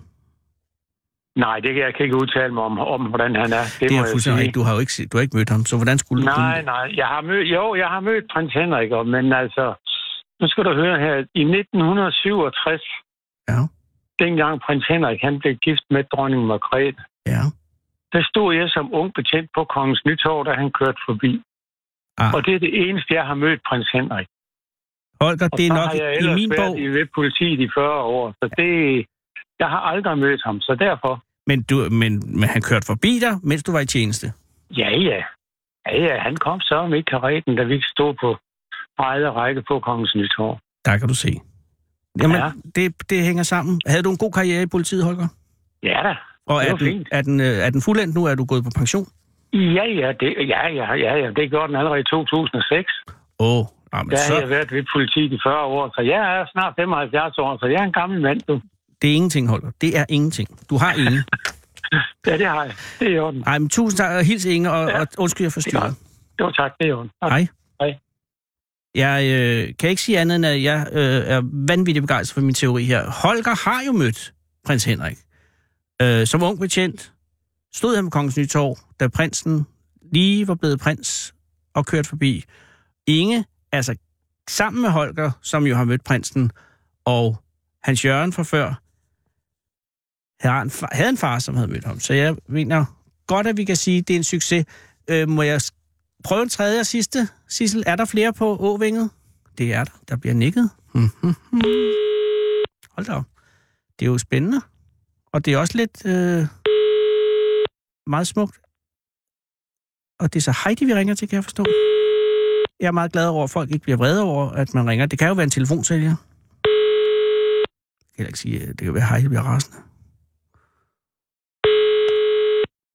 G: Nej, det kan jeg kan ikke udtale mig om, om hvordan han er. Det,
E: Det
G: må
E: er
G: jeg
E: fuldstændig
G: sige.
E: rigtigt. Du har jo ikke, se- du har ikke mødt ham, så hvordan skulle du
G: Nej,
E: kunne...
G: nej. Jeg har mødt, jo, jeg har mødt prins Henrik, og- men altså, nu skal du høre her. I 1967,
E: Ja.
G: dengang prins Henrik han blev gift med dronning Margrethe,
E: Ja.
G: der stod jeg som ung betjent på Kongens Nytorv, da han kørte forbi.
E: Ah.
G: Ah. Og det er det eneste, jeg har mødt prins Henrik.
E: Holger,
G: Og
E: det er
G: så
E: nok
G: har jeg
E: i
G: ellers
E: min bog,
G: været i ved politiet i 40 år, så det... Jeg har aldrig mødt ham, så derfor...
E: men, du, men, men han kørte forbi dig, mens du var i tjeneste.
G: Ja, ja. Ja, ja, han kom så med karetten, da vi ikke stod på bræde række på Kongens Nytorv.
E: Der kan du se. Jamen, ja.
G: Ja.
E: det, det hænger sammen. Havde du en god karriere i politiet, Holger?
G: Ja da.
E: Og
G: Det
E: er
G: var
E: den,
G: fint.
E: er, den, øh, er den fuldendt nu? Er du gået på pension?
G: Ja, ja, det, ja, ja, ja, ja, det gjorde den allerede i 2006.
E: Åh, oh, jamen,
G: Der
E: så
G: har jeg været ved politiet i 40 år, så jeg er snart 75 år, så jeg er en gammel mand nu.
E: det er ingenting, Holger. Det er ingenting. Du har ingen.
G: Ja, det har jeg. Det er i orden.
E: Ej, men tusind tak, og hils Inge, og, ja.
G: Ja.
E: og undskyld, jeg forstyrrer.
G: Jo, tak, det er i orden.
E: Hej.
G: Hej.
E: Jeg øh, kan ikke sige andet, end at jeg øh, er vanvittigt begejstret for min teori her. Holger har jo mødt prins Henrik. Øh, som ung betjent stod han på Kongens Nytorv, da prinsen lige var blevet prins og kørt forbi. Inge, altså sammen med Holger, som jo har mødt prinsen, og Hans Jørgen fra før, havde en, far, havde en far, som havde mødt ham. Så jeg mener godt, at vi kan sige, at det er en succes. Øh, må jeg prøve en tredje og sidste? Sissel, er der flere på Åvinget? Det er der. Der bliver nikket. Mhm. Hold da op. Det er jo spændende. Og det er også lidt øh, meget smukt. Og det er så Heidi, vi ringer til, kan jeg forstå. Jeg er meget glad over, at folk ikke bliver vrede over, at man ringer. Det kan jo være en telefonsælger. Jeg kan heller ikke sige, at det kan være, at Heidi bliver rasende.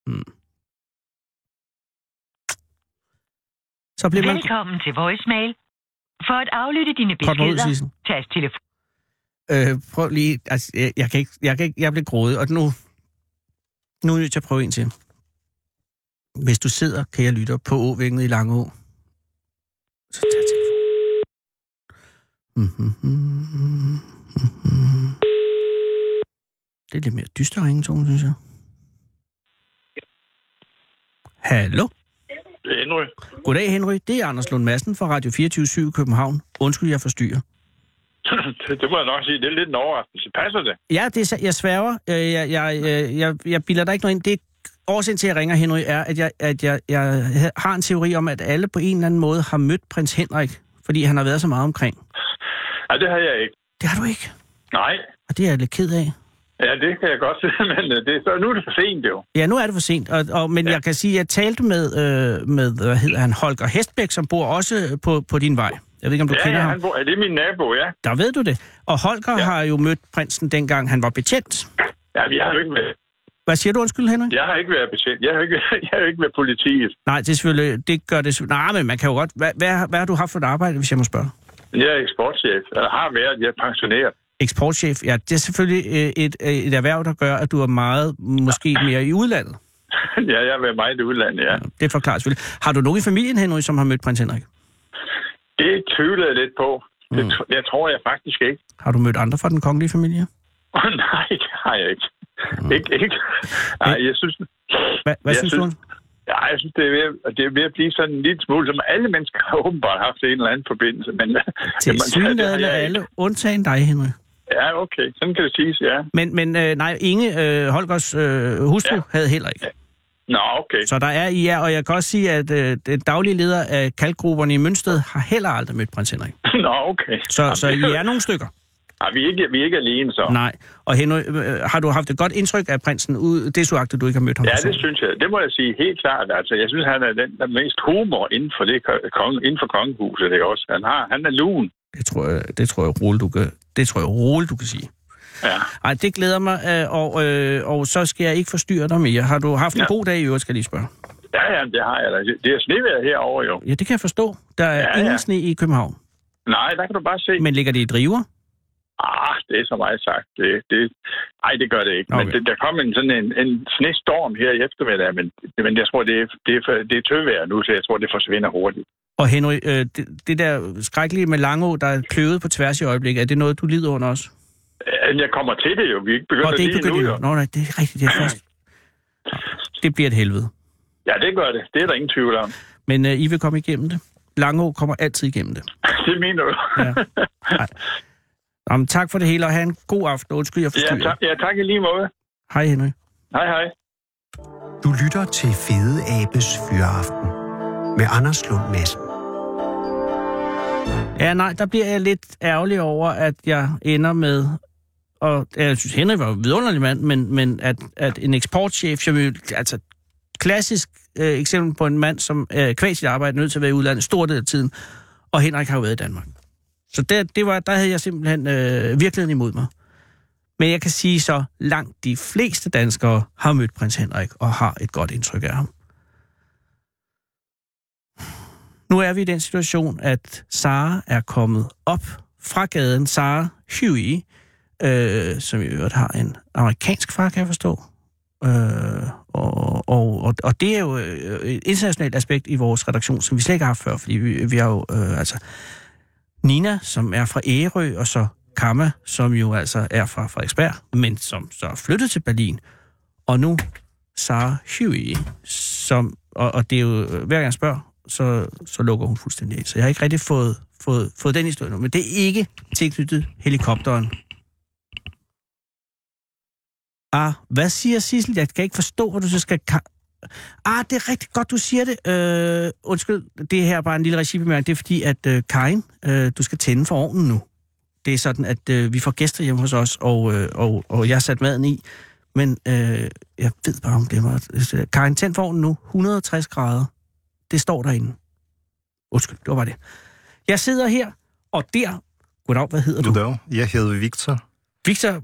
E: Hmm. Så bliver man...
H: Velkommen til voicemail. For at aflytte dine
E: Kort mig ud,
H: beskeder,
E: Sissel.
H: tast telefon.
E: Øh, prøv lige, altså, jeg, jeg kan ikke, jeg, kan ikke, jeg bliver grådig, og nu, nu er jeg nødt til at prøve en til. Hvis du sidder, kan jeg lytte på Åvinget i Langå. Så tag telefonen. Mm-hmm. Det er lidt mere dyster ringetone, synes jeg. Hallo?
I: Henry.
E: Goddag, Henry. Det er Anders Lund Madsen fra Radio 24 København. Undskyld, jeg forstyrrer.
I: det, det må jeg nok sige, det er lidt en overraskelse. Passer det?
E: Ja, det er, sa- jeg sværger. Øh, Jeg, jeg, øh, jeg, jeg bilder dig ikke noget ind. Det årsagen til, at jeg ringer, Henry, er, at, jeg, at jeg, jeg har en teori om, at alle på en eller anden måde har mødt prins Henrik, fordi han har været så meget omkring.
I: Nej, det har jeg ikke.
E: Det har du ikke,
I: Nej.
E: og det er jeg lidt ked af.
I: Ja, det kan jeg godt se, men øh, det, så, nu er det for sent jo.
E: Ja, nu er det for sent, og, og, men ja. jeg kan sige, at jeg talte med, øh, med hvad hedder han, Holger Hestbæk, som bor også på, på din vej. Jeg ved ikke, om du
I: Ja,
E: kender
I: ja,
E: ham.
I: han bor, ja, det er min nabo, ja.
E: Der ved du det. Og Holger ja. har jo mødt prinsen, dengang han var betjent.
I: Ja, men jeg har jo ikke været,
E: Hvad siger du, undskyld, Henrik?
I: jeg har ikke været betjent. Jeg har ikke, jeg har ikke været politiet.
E: Nej, det, er selvfølgelig, det gør det... Nej, men man kan jo godt... Hvad, hvad, hvad har du haft for et arbejde, hvis jeg må spørge?
I: Jeg er eksportchef. Jeg har været, jeg er pensioneret.
E: eksportchef, ja, det er selvfølgelig øh, et, øh, et erhverv, der gør, at du er meget, måske mere i udlandet.
I: ja, jeg har været meget i udlandet, ja.
E: Det forklarer selvfølgelig. Har du nogen i familien, Henry, som har mødt prins Henrik?
I: Det tvivler jeg lidt på. Det,
E: Mm.
I: tr- jeg tror jeg faktisk ikke.
E: Har du mødt andre fra den kongelige familie?
I: Nej, det har jeg ikke. Ikke, ikke. Nej, jeg synes,
E: Hva, Mm. hvad
I: Jeg
E: synes,
I: synes-
E: du?
I: ja, jeg synes det, er ved, at- det er ved at blive sådan en lille smule, som alle mennesker har åbenbart haft en eller anden forbindelse. Men,
E: Til
I: men det har
E: synlædende
I: jeg ikke.
E: alle, undtagen dig, Henry.
I: Ja, okay. Sådan kan det siges, ja.
E: Men, men øh, nej, Inge øh, Holgers øh, hustru ja.
I: Ja.
E: havde heller ikke.
I: Nå, okay.
E: Så der er i jer, og jeg kan også sige, at øh, den daglige leder af kalkgrupperne i Mønsted har heller aldrig mødt prins Henrik.
I: Nå, okay.
E: Så,
I: Jamen,
E: så I
I: det-
E: er nogle stykker.
I: Ej, vi, er ikke, vi er ikke alene, så.
E: Nej. Og Henry, øh, har du haft et godt indtryk af prinsen, ud, desuagtet du ikke har mødt ham?
I: Ja, det
E: personligt?
I: synes jeg. Det må jeg sige helt klart. Altså, jeg synes, han er den der mest humor inden for, det, ko- konge, inden for kongehuset. Det også. Han, har, han er lun.
E: Det tror jeg, det tror jeg roligt, du kan, det tror jeg roligt, du kan sige.
I: Ja.
E: Ej, det glæder mig, øh, og, øh, og så skal jeg ikke forstyrre dig mere. Har du haft en
I: Ja.
E: god dag i øvrigt, skal jeg lige spørge.
I: ja, ja, det har jeg da. Det er snevejr herovre jo.
E: Ja, det kan jeg forstå. Der er ja,
I: Ja,
E: ingen ja.
I: ja.
E: sne i København.
I: Nej, der kan du bare se.
E: Men ligger det i driver?
I: Ah, det er så meget sagt. Det, det, ej, det gør det ikke. Okay. Men
E: Okay.
I: det, der kom en, sådan en, en snestorm her i eftermiddag, men, men jeg tror, det er, det, er, for- det er tøvejr nu, så jeg tror, det forsvinder hurtigt.
E: Og Henry, øh, det, det der skrækkelige med Langå, der er kløvet på tværs i øjeblikket, er det noget, du lider under også?
I: Øh, Jeg kommer til det jo. Vi er ikke begyndt
E: Nå, det er
I: at
E: ikke
I: lige nu.
E: begyndt
I: Jo.
E: endnu. Nå, nej, det er rigtigt, det er først. Det bliver et helvede.
I: Ja, det gør det. Det er der ingen tvivl om.
E: Men øh, I vil komme igennem det. Langå kommer altid igennem det.
I: Det mener du.
E: Ja. Ej. Jamen, tak for det hele, og have en god aften. Undskyld, jeg
I: Ja,
E: forstyrrer.
I: tak, ja, tak i lige måde.
E: Hej, Henry.
I: Hej, hej.
C: Du lytter til Fede Abes Fyraften med Anders Lund Madsen.
E: Ja, nej, der bliver jeg lidt ærgerlig over, at jeg ender med... Og ja, jeg synes, Henrik var en vidunderlig mand, men, men at, at en eksportchef, som jo, altså klassisk øh, eksempel på en mand, som øh, kvæg sit arbejde er nødt til at være i udlandet stor del af tiden, og Henrik har jo været i Danmark. Så det, det var, der havde jeg simpelthen øh, virkeligheden imod mig. Men jeg kan sige så, langt de fleste danskere har mødt prins Henrik og har et godt indtryk af ham. Nu er vi i den situation, at Sara er kommet op fra gaden. Sara Huey, øh, som i øvrigt har en amerikansk far, kan jeg forstå. Øh, og, og, og, og det er jo øh, et internationalt aspekt i vores redaktion, som vi slet ikke har haft før, fordi vi, vi har jo øh, altså Nina, som er fra Ærø, og så Kamma, som jo altså er fra Frederiksberg, men som så er flyttet til Berlin. Og nu Sarah Huey, som, og, og det er jo, øh, hver gang jeg spørger, så, så lukker hun fuldstændig af. Så jeg har ikke rigtig fået, fået, fået den historie nu, men det er ikke tilknyttet helikopteren. Ah, hvad siger Sissel? Jeg kan ikke forstå, hvor du så skal... ka- Ah, det er rigtig godt, du siger det. Øh, undskyld, det her er bare en lille regibemærkning. Det er fordi, at øh, Karin, øh, du skal tænde for ovnen nu. Det er sådan, at øh, vi får gæster hjemme hos os, og, øh, og, og jeg har sat maden i. Men øh, jeg ved bare, hun glemmer det. Karin, tænd for ovnen nu. 160 grader. Det står derinde. Undskyld, det var bare det. Jeg sidder her, og der... Goddag, hvad hedder du?
J: Goddag, jeg hedder Victor
E: Victor,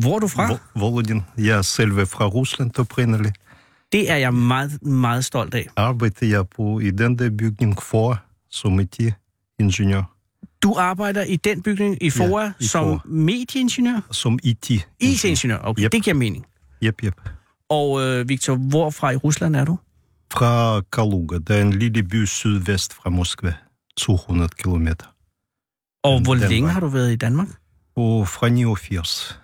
E: hvor er du fra? Hvor?
J: Vo- Volodin. Jeg er selv fra Rusland oprindeligt.
E: Det er jeg meget, meget stolt af.
J: Arbejder jeg på i den der bygning for som IT-ingeniør,
E: Du arbejder i den bygning i FOA ja,
J: i
E: som
J: FOA.
E: medieingeniør?
J: som IT.
E: IT-ingeniør, okay, yep.
J: Yep.
E: det giver mening.
J: Yep, yep.
E: Og øh, Victor, hvorfra i Rusland er du?
J: Fra Kaluga, der er en lille by sydvest fra Moskva, 200 kilometer.
E: Og hvor
J: Danmark.
E: længe har du været i Danmark?
J: Og fra 89,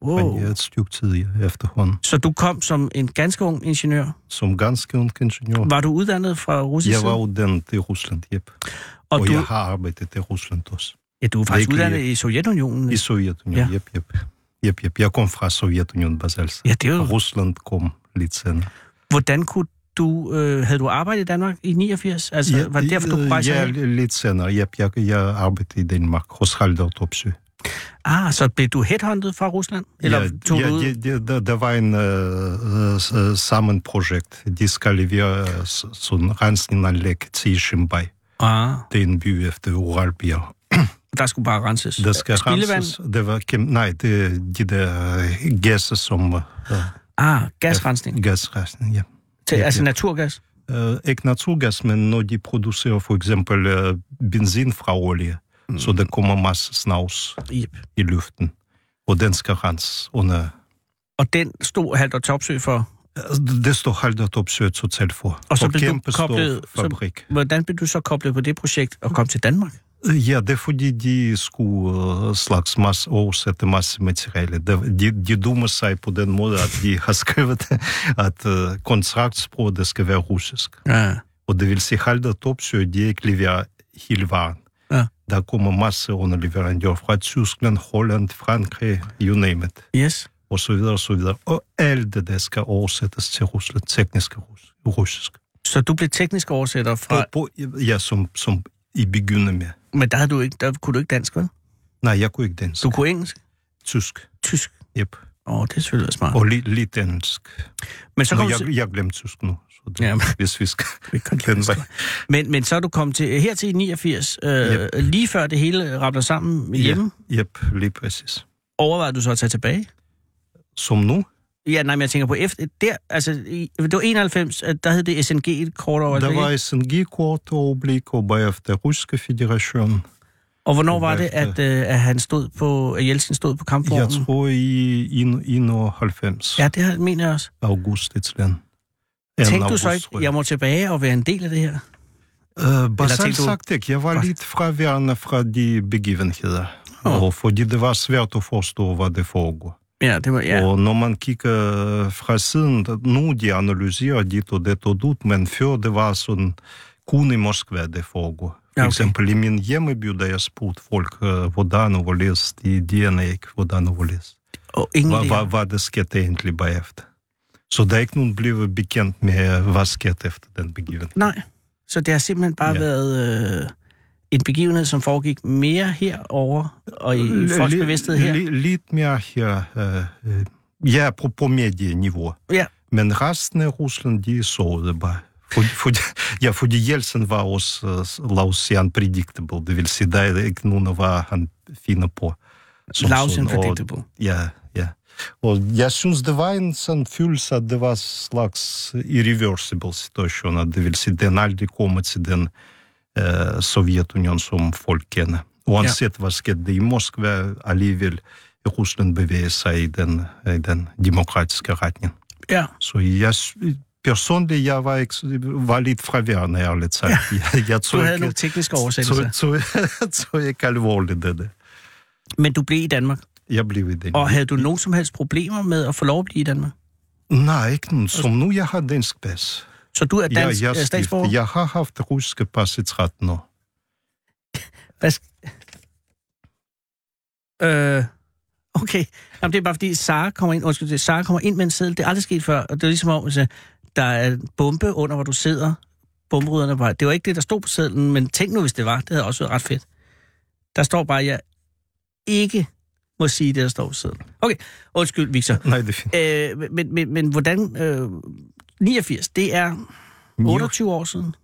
E: Oh.
J: men jeg er et stykke tid efterhånden,
E: Så du kom som en ganske ung ingeniør.
J: som ganske ung ingeniør.
E: Var du uddannet fra russisk
J: Jeg
E: side?
J: var uddannet i Rusland, yep.
E: og
J: Og,
E: du,
J: jeg har arbejdet i Rusland også.
E: ja, du er faktisk
J: virkelig-
E: uddannet i Sovjetunionen.
J: I Sovjetunionen,
E: Ja.
J: ja. yep, yep. Yep, yep. Jeg kom fra Sovjetunionen, Basels.
E: Ja, det er jo...
J: Rusland kom lidt senere.
E: Hvordan kunne du... Øh, havde du arbejdet i Danmark i 89? Altså, ja, var det derfor, du rejste
J: Ja,
E: ja,
J: li- lidt senere. Yep, jeg, jeg arbejdede i Danmark hos Haldor Topsø.
E: Ah, så blev du headhunted fra Rusland? Eller
J: ja,
E: tog
J: ja,
E: du ud?
J: de, de, der, der var en øh, øh, sammen projekt. De skal levere øh, s- sådan rensningsanlæg til Shimbaj.
E: Ah,
J: Det er en by efter Uralbjerg.
E: der skulle bare renses.
J: Der skal
E: Spildevand?
J: renses. Det var, kæm- nej, det, de der øh, gasser, som... Øh,
E: Ah, gasrensning.
J: gasrensning, ja.
E: Til,
J: ja,
E: altså
J: ja.
E: naturgas?
J: Øh, ikke naturgas, men når de producerer for eksempel øh, benzin fra olie, mm. så der kommer masse snavs
E: Yep.
J: i luften, og den skal renses under...
E: Og den stod Haldor Topsø for.
J: Øh, Det står Haldor Topsø totalt for.
E: Og så
J: For
E: blev du
J: kæmpe stor
E: koblet- så-
J: Fabrik.
E: Hvordan blev du så koblet på det projekt og kom til Danmark?
J: Øh, Ja, det er fordi, de skulle øh, slags masse oversætte masse materiale. Der- De, de dummer sig på den måde, at de har skrevet, at øh, kontraktsprog, det skal være russisk.
E: Ja.
J: Og det vil sige, Halda Topsø, de ikke leverer hele varen.
E: Ja.
J: Der kommer masse underleverandører fra Tyskland, Holland, Frankrig, you name it,
E: Yes.
J: og så videre, og så videre. Og alt det der skal oversættes til Rusland, teknisk rus- russisk.
E: Så du blev teknisk oversætter fra...
J: Og på, ja, som, som i begynder med.
E: Men der, havde du ikke, der kunne du ikke dansk, vel?
J: Nej, jeg kunne ikke dansk.
E: Du kunne engelsk,
J: Tysk.
E: tysk.
J: Yep.
E: Åh, oh, det er selvfølgelig smart.
J: Og lidt, lidt engelsk.
E: Men så,
J: Nå,
E: kom du til,
J: jeg, jeg glemte tysk nu. Så det,
E: Ja, men-
J: hvis vi skal
E: Vi kan ikke
J: den
E: lade
J: vej.
E: men, men så er du kommet til, her til 89, øh,
J: Yep.
E: lige før det hele ramler sammen hjemme.
J: Yep, lige præcis.
E: Overvejede du så at tage tilbage?
J: Som nu,
E: Ja, nej, men jeg tænker på efter, der, altså, i, det var 91, at der hed det SNG et kort over. altså,
J: Der var SNG-kort øjeblik, og bagefter Russiske Federation.
E: Og hvornår var det,
J: Efter-
E: at, øh, at han stod på, at Jeltsin stod på
J: Jeg
E: kampvognen?
J: tror i i- i 91
E: Ja, det har- mener jeg også.
J: august et eller andet. Anden
E: Tænkte du
J: august,
E: så
J: tror
E: ikke, jeg må tilbage og være en del af det her?
J: Øh, basalt
E: tænkte du-
J: sagt ikke. Jeg var
E: Bas-
J: lidt fraværende fra de begivenheder.
E: Åh.
J: Og fordi det var svært at forstå, hvad det foregår.
E: Ja, det var, ja.
J: Og når man kigger fra siden, nu de analyserer dit og det og dut, men før det var sådan kun i Moskva, det foregår.
E: Ja,
J: For
E: okay.
J: eksempel i min hjemmeby, da jeg spurgte folk, øh, hvordan og hvorledes, de idéerne ikke, hvordan og hvorledes.
E: Og ingen
J: Hvad, hvad,
E: idéer.
J: hvad der skete egentlig bagefter. Så der er ikke nogen blevet bekendt med, hvad skete efter den begivenhed.
E: Nej, så det har simpelthen bare ja.
J: Ja.
E: været øh, en begivenhed, som foregik mere herover og i, i folks
J: Lidt-
E: bevidsthed her.
J: li- Lidt mere her. øh, øh, Ja, på, på medieniveau.
E: Ja.
J: Men resten af Rusland, de såede bare. Fordi, fordi, ja, fordi Jeltsin var også uh, Lausian predictable, det vil sige, der er ikke nogen, hvad han finder på. Som
E: Lausian
J: sådan, og-
E: predictable.
J: Ja, ja. Og jeg synes, det var en sådan følelse, at det var slags irreversible situation, at det vil sige, den aldrig kommer til den øh, Sovjetunion, som folk kender. Uanset ja. hvad skete i Moskva, alligevel Rusland bevæger sig i den, i den demokratiske retning.
E: Ja.
J: Så jeg, s- personligt, jeg var, ikke, var lidt fraværende, ærligt sagt. Ja. Jeg, jeg
E: Du
J: tog
E: havde
J: ikke-
E: nogle tekniske
J: tog,
E: oversættelser,
J: tog, tog ikke alvorligt det. der.
E: men du blev i Danmark.
J: Jeg blev i den.
E: Og havde du nogen som helst problemer med at få lov at blive i Danmark?
J: Nej, ikke nogen. Som nu, jeg har dansk pas.
E: Så du er dansk
J: jeg,
E: ja,
J: jeg,
E: statsborger?
J: skifter. jeg har haft russiske pas i 13 år.
E: Hvad sk- øh, okay. Jamen, det er bare fordi, Sara kommer ind, undskyld, det er Sara kommer ind med en seddel. Det er aldrig sket før, og det er ligesom om, at der er en bombe under, hvor du sidder. Bomberyderne var... Det var ikke det, der stod på sedlen, men tænk nu, hvis det var. Det havde også været ret fedt. Der står bare, at jeg ikke må sige det, der står på sedlen. Okay, undskyld, Victor.
J: Nej, det er fint.
E: Øh, men, men, men hvordan... Øh, 89, det er 28 år siden.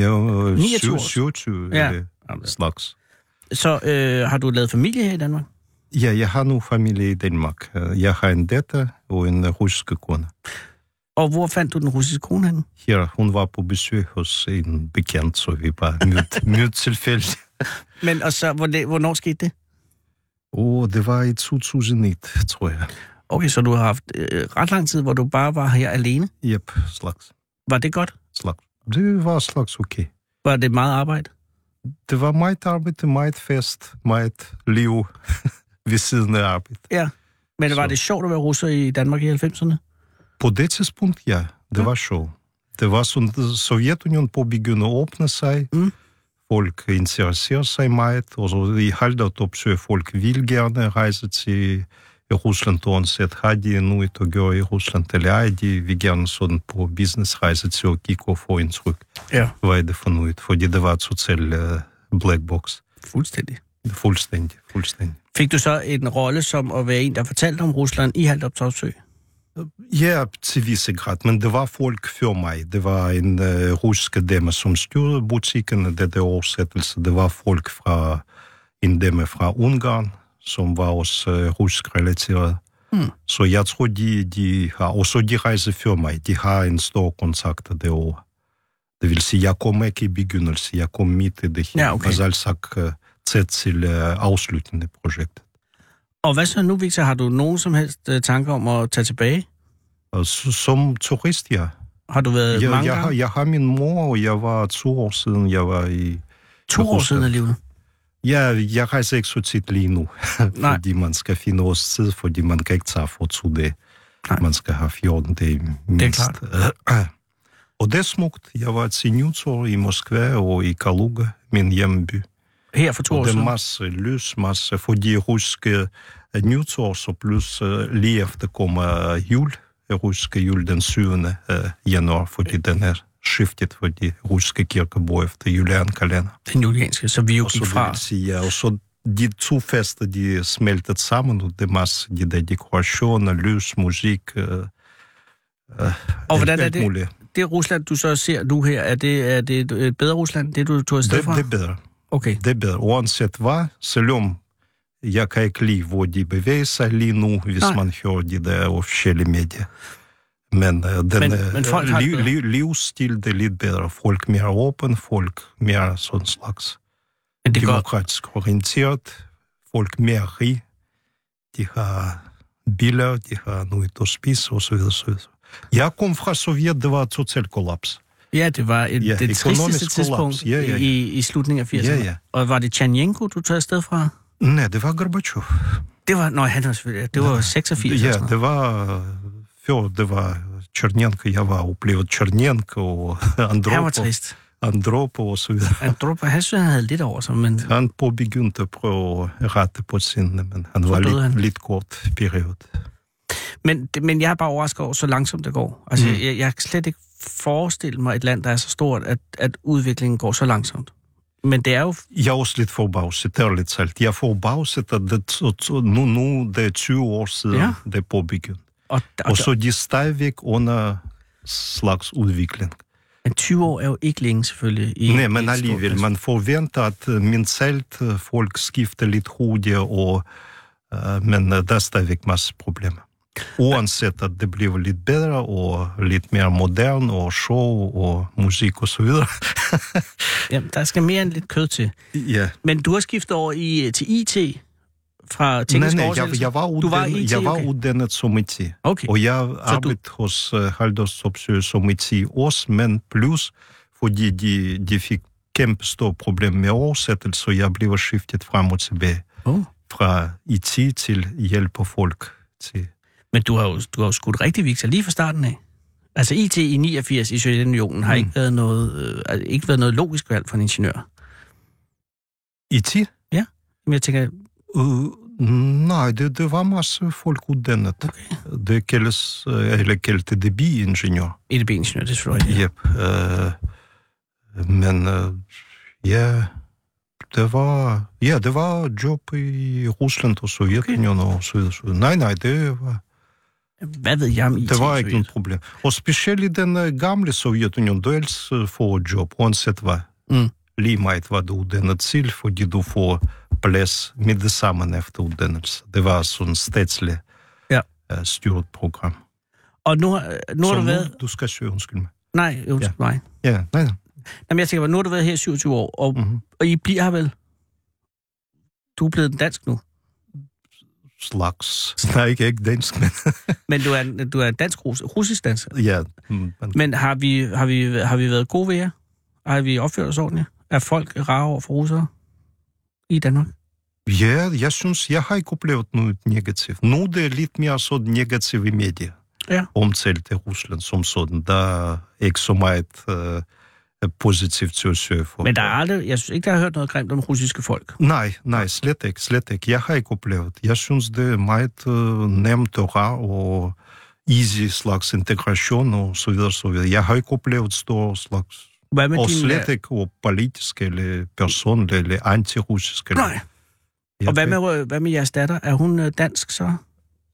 J: Jeg var
E: 29 år.
J: 27
E: Ja.
J: ja. er slags.
E: Så øh, har du lavet familie her i Danmark?
J: Ja, jeg har nu familie i Danmark. Øh, Jeg har en datter og en øh, russisk kone.
E: Og hvor fandt du den russiske kone henne?
J: Her, hun var på besøg hos en bekendt, så vi bare mødte mød tilfældigt.
E: Men og så, hvor, læ- hvornår skete det?
J: Åh, oh, det var i 2001, tror jeg.
E: Okay, så du har haft øh, ret lang tid, hvor du bare var her alene.
J: Jep, slags.
E: Var det godt?
J: slags. Det var slags okay.
E: Var det meget arbejde?
J: Det var meget arbejde, meget fest, meget liv ved siden af arbejde.
E: Men var
J: Så-
E: det sjovt at være russer i Danmark i 90'erne?
J: På det tidspunkt, ja, det
E: Ja.
J: var sjovt. Det var sådan, Sovjetunionen påbegyndte at åbne sig.
E: Mm.
J: Folk interesserer sig meget, og så i Haldotop søger folk vil gerne rejse til Rusland, uanset har de nu et at gøre i Rusland, eller ej, de vil gerne sådan på businessrejse til at kigge og få indtryk.
E: Ja.
J: Hvad er det for noget? Fordi det var et totalt uh, black box.
E: Fuldstændig.
J: Fuldstændig, fuldstændig.
E: Fik du så en rolle som at være en, der fortalte om Rusland i Haldop Topsø?
J: Ja, til visse grad, men det var folk før mig. Det var en øh, russisk dame, som styrede butikken, det der oversættelse. Det var folk fra en dame fra Ungarn, som var også øh, russisk relateret.
E: Mm.
J: Så jeg tror, de, de har... Og så de rejser før mig. De har en stor kontakt derovre. Det vil sige, jeg kom ikke i begyndelsen, jeg kom midt i det her.
E: Ja, okay.
J: Basalt sagt, øh, tæt til øh, afslutningen af projektet.
E: Og hvad så nu, Victor? Har du nogen som helst øh, tanker om at tage tilbage?
J: Og så, som turist, ja.
E: Har du været
J: Jeg,
E: Øh, mange
J: jeg, har,
E: gange?
J: jeg har min mor, og jeg var to år siden, jeg var i...
E: To år
J: Rusland.
E: siden alligevel.
J: Ja, jeg rejser ikke så tit lige nu,
E: Nej.
J: fordi man skal finde også tid, fordi man kan ikke tage for to dage.
E: Nej.
J: Man skal have 14 dage mindst.
E: klart.
J: og det er smukt. Jeg var til nytår i Moskva og i Kaluga, min hjemby.
E: Her for to år
J: Og det er
E: siden.
J: masse lys, masse, fordi russiske øh, nytår, så plus øh, lige efter kommer øh, jul, øh, russiske jul den 7. øh, januar, fordi den er skiftet, fordi russiske kirke bor efter juliankalender.
E: Den julianske, så vi jo
J: Og så
E: gik
J: det
E: fra.
J: vil sige, ja, og så de to fester, de smeltet sammen, og det er masse de der dekorationer, lys, musik, øh, øh,
E: Og hvordan er
J: alt
E: det?
J: muligt.
E: Det Rusland, du så ser nu her, er det, er det et- et bedre Rusland, det du tog afsted
J: Det,
E: fra?
J: det er bedre.
E: Okay.
J: det er bedre. Uanset hvad, selvom jeg kan ikke lide, hvor de bevæger sig lige nu, hvis
E: Nej.
J: Nej. man hører de der officielle medier. Men øh, den
E: Men-
J: øh,
E: men folk har det
J: liv,
E: bedre.
J: liv, livsstil det er lidt bedre. Folk mere åben, folk mere sådan slags
E: Men det går,
J: demokratisk orienteret, folk mere rig, de har biler, de har noget at spise osv. osv. Jeg kom fra Sovjet, det var totalt kollaps.
E: ja, det var et,
J: Ja,
E: ja, det
J: økonomisk
E: tristeste
J: kollaps.
E: tidspunkt
J: Ja, ja, ja.
E: I, i slutningen af 80'erne.
J: Ja, ja.
E: Og var det Tjernjenko, du tog afsted fra?
J: Nej, det var Gorbachev.
E: Det var, nej, han var selvfølgelig, det var jo 86
J: Ja,
E: eller sådan noget.
J: det var før, det var Черненко, jeg var oplevet Черненко og
E: Han var
J: Andropov,
E: trist.
J: Andropov og så videre.
E: Han, drog, han synes, han havde lidt over sig, men
J: Han påbegyndte at prøve at rette på sine, men han var
E: døde
J: lidt,
E: han.
J: lidt kort periode.
E: Men, det- men jeg er bare overrasket over, så langsomt det går. Altså, mm. jeg, jeg kan slet ikke forestille mig et land, der er så stort, at, at udviklingen går så langsomt. Men det er jo...
J: Jeg er også lidt forbavset, ærligt talt. Jeg er forbavset, at det, så- så- nu, nu det er 20 år siden,
E: Ja.
J: ja. det er påbegyndt.
E: Og, og,
J: Og så de er stadigvæk under slags udvikling.
E: men 20 år er jo ikke længe, selvfølgelig. I,
J: Nej,
E: i
J: men
E: et
J: alligevel,
E: stort-
J: man forventer, at øh, mentalt øh, folk skifter lidt hurtigere, og, øh, men øh, der er stadigvæk masse problemer. Uanset at det bliver lidt bedre, og lidt mere moderne, og show, og musik og så videre.
E: Jamen, der skal mere end lidt kød til.
J: ja.
E: Men du har skiftet over i, øh, til IT fra
J: Nej,
E: teknisk
J: nej, jeg,
E: oversættelse.
J: jeg var
E: Du var
J: uddannet,
E: IT,
J: jeg var Oh,
E: okay.
J: uddannet som IT.
E: Okay.
J: Og jeg arbejdede
E: du-
J: hos uh, Haldors Topsø som IT også, men plus, fordi de, de fik kæmpe store problemer med oversættelse, så jeg blev skiftet frem og tilbage
E: Oh.
J: fra IT til hjælpe folk til...
E: Men du har jo, du har jo skudt rigtig Victor lige fra starten af. Altså IT i 89 i Sovjetunionen har mm. ikke, været noget, øh, altså, ikke været noget logisk valg for en ingeniør.
J: IT?
E: Men jeg tænker,
J: Uh, nej, det, det var masse folk uddannet. Okay. Det kaldes, øh, eller kaldte DB-ingeniør.
E: EDB-ingeniør, E det er selvfølgelig rigtigt.
J: Yep. Øh, men øh, ja, det var, ja, det var job i Rusland og Sovjetunionen okay. og så videre. så videre. Nej, nej, det var,
E: Hvad ved jeg om IT?
J: det var
E: i
J: ikke noget problem. Og specielt i den øh, gamle Sovjetunion, du ellers øh, får job, uanset hvad.
E: Mm.
J: Lige meget hvad du er uddannet til, fordi du får plads med det samme efter uddannelse. Det var sådan statsligt
E: Ja.
J: øh, styret program.
E: Og nu, har- nu har
J: Så
E: du været...
J: du skal søge, undskyld mig.
E: Nej, jo, ja.
J: Ja.
E: nej.
J: Ja, nej, nej.
E: Jamen, jeg tænker bare, nu har du været her i 27 år, og, mm-hmm.
J: Mhm.
E: og I bliver her vel? Du er blevet dansk nu,
J: slags. Nej, ikke, ikke dansk, men
E: men du er, du er dansk rus, russisk dansk.
J: ja. mm, Men,
E: Men har vi, har, vi, har vi været gode ved jer? Har vi opført os ordentligt? Er folk rare over for russere i Danmark?
J: ja, jeg synes, jeg har ikke oplevet noget negativt. Nu det er lidt mere sådan negativt i medier.
E: Ja.
J: Omtalt i Rusland som sådan. Der er ikke så meget øh, positivt til at søge for.
E: Men der er aldrig, jeg synes ikke, der har hørt noget grimt om russiske folk.
J: Nej, nej, slet ikke, slet ikke. Jeg har ikke oplevet. Jeg synes, det er meget øh, nemt og rar og easy slags integration og så videre, så videre. Jeg har ikke oplevet store slags
E: Hvad med
J: og
E: din, øh,
J: slet ikke og politisk, eller personlig, eller antirussisk. Eller...
E: Nej. Og hvad
J: Jeg-
E: med, øh, hvad med jeres datter? Er hun øh, dansk så?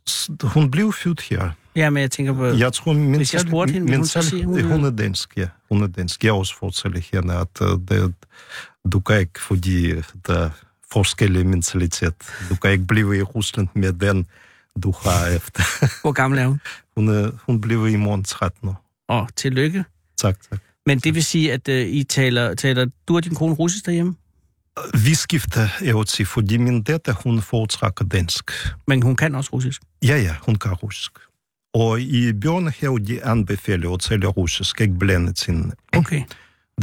J: S- Hun blev født her.
E: Jamen, jeg tænker på...
J: Jeg tror, min
E: Øh, Hvis jeg spurgte hende, ville hun så sige, hun-
J: hun er dansk, ja. Hun er dansk. Jeg også fortæller hende, at øh, det, du kan ikke, fordi der er forskellige mentalitet. Du kan ikke blive i Rusland med den, du har efter.
E: Hvor gammel er hun?
J: Hun, er, hun bliver i morgen 13 år.
E: Og tillykke.
J: Tak, tak.
E: Men det vil sige, at øh, I taler, taler, du og din kone russisk derhjemme,
J: Vi skifter, jeg vil sige, fordi min datter, hun foretrækker dansk.
E: men hun kan også russisk.
J: Ja, ja, hun kan russisk. Og i børnehave, de anbefaler at tale russisk, ikke blande tingene.
E: Okay.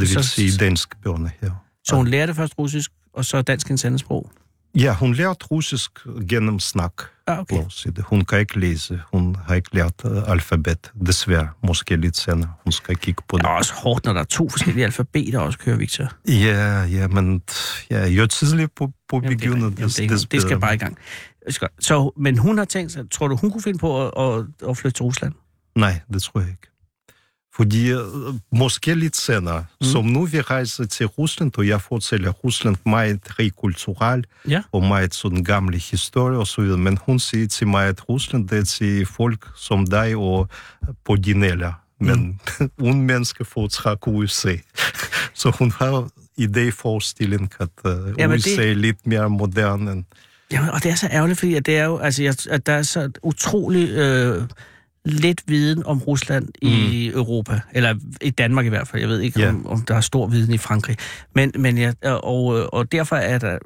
J: Det vil
E: Så-
J: sige dansk børnehave.
E: Så hun lærte først russisk, og så dansk hendes andet sprog.
J: Ja, hun lærte russisk gennem snak.
E: Ah, okay.
J: lad os sige det. Hun kan ikke læse, hun har ikke lært øh, alfabet, desværre. Måske lidt senere, hun skal kigge på
E: Det
J: det.
E: er også hårdt, når der er to forskellige alfabeter også, kører Victor. Jamen,
J: Ja, ja, men t- ja, jo tidligere på, på
E: det, er rigtigt.
J: begyndelsen,
E: Jamen, det, er ikke- det skal bare i gang. Skal- Så, men hun har tænkt sig, tror du, hun kunne finde på at, at, at flytte til Rusland?
J: Nej, det tror jeg ikke. Fordi øh, måske lidt senere, mm. som nu vi rejser til Rusland, og jeg fortæller Rusland meget rig kulturel
E: Ja.
J: og meget sådan gamle historie og så videre, men hun siger til mig, at Rusland det er til folk som dig og på dine alder. Men mm. hun menneske foretrækker USA. så hun har idéforestilling, at uh,
E: Jamen,
J: Jamen,
E: det-
J: USA det... er lidt mere moderne end
E: Jamen, og det er så ærgerligt, fordi at det er jo, altså, jeg, at der er så utrolig øh, lidt viden om Rusland i Europa, eller i Danmark i hvert fald. Jeg ved ikke,
J: Ja.
E: om, om der er stor viden i Frankrig. Men, men jeg, og, øh, og derfor er der...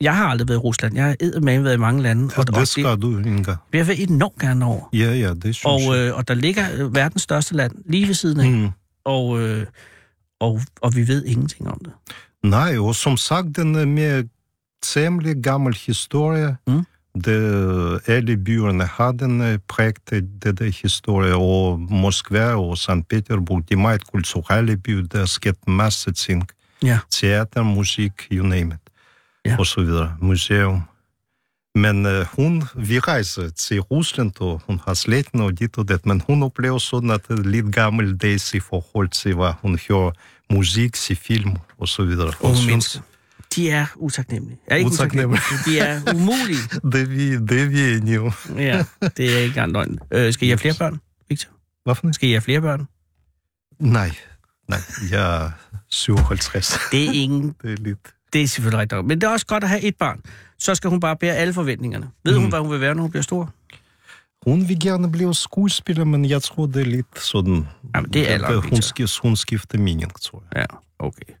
E: Jeg har aldrig været i Rusland. Jeg har eddermame været i mange lande. og, og
J: Det skal du, Inga.
E: det vil jeg vil enormt gerne over.
J: Ja, ja, det synes
E: Og,
J: jeg.
E: øh, og der ligger øh, verdens største land lige ved siden af, mm.
J: Mm.
E: og, øh, og, og vi ved ingenting om det.
J: Nej, og som sagt, den er mere temmelig gammel historie.
E: Mm.
J: Det, alle byerne har den øh, prægt af det der historie, og Moskva og St. Petersburg, de er meget kulturelle byer, der er sket masse ting.
E: Ja.
J: Teater, musik, you name it,
E: Ja.
J: og så videre. Museum. Men øh, hun, vi rejser til Rusland, og hun har slægten og dit og det, men hun oplever sådan, at det er lidt gammeldags i forhold til, hvad hun hører musik, se film og så videre. Hun
E: Unge
J: synes-
E: mennesker. De er utaknemmelige. Er ikke utaknemmelige. De er umulige.
J: Det er vi, det er vi enige om.
E: Ja, det er ikke engang løgn. Øh, skal I have flere børn, Victor?
J: Hvad for noget?
E: Skal I have flere børn?
J: Nej, nej, jeg er 57.
E: Det er ingen...
J: Det er lidt...
E: Det er selvfølgelig rigtigt nok. Men det er også godt at have et barn. Så skal hun bare bære alle forventningerne. Ved hun,
J: Mm.
E: hvad hun vil være, når hun bliver stor?
J: Hun vil gerne blive skuespiller, men jeg tror, det er lidt sådan...
E: Jamen, det er alderen,
J: hun,
E: Victor.
J: skif, hun skifter mening, tror jeg.
E: Ja, okay.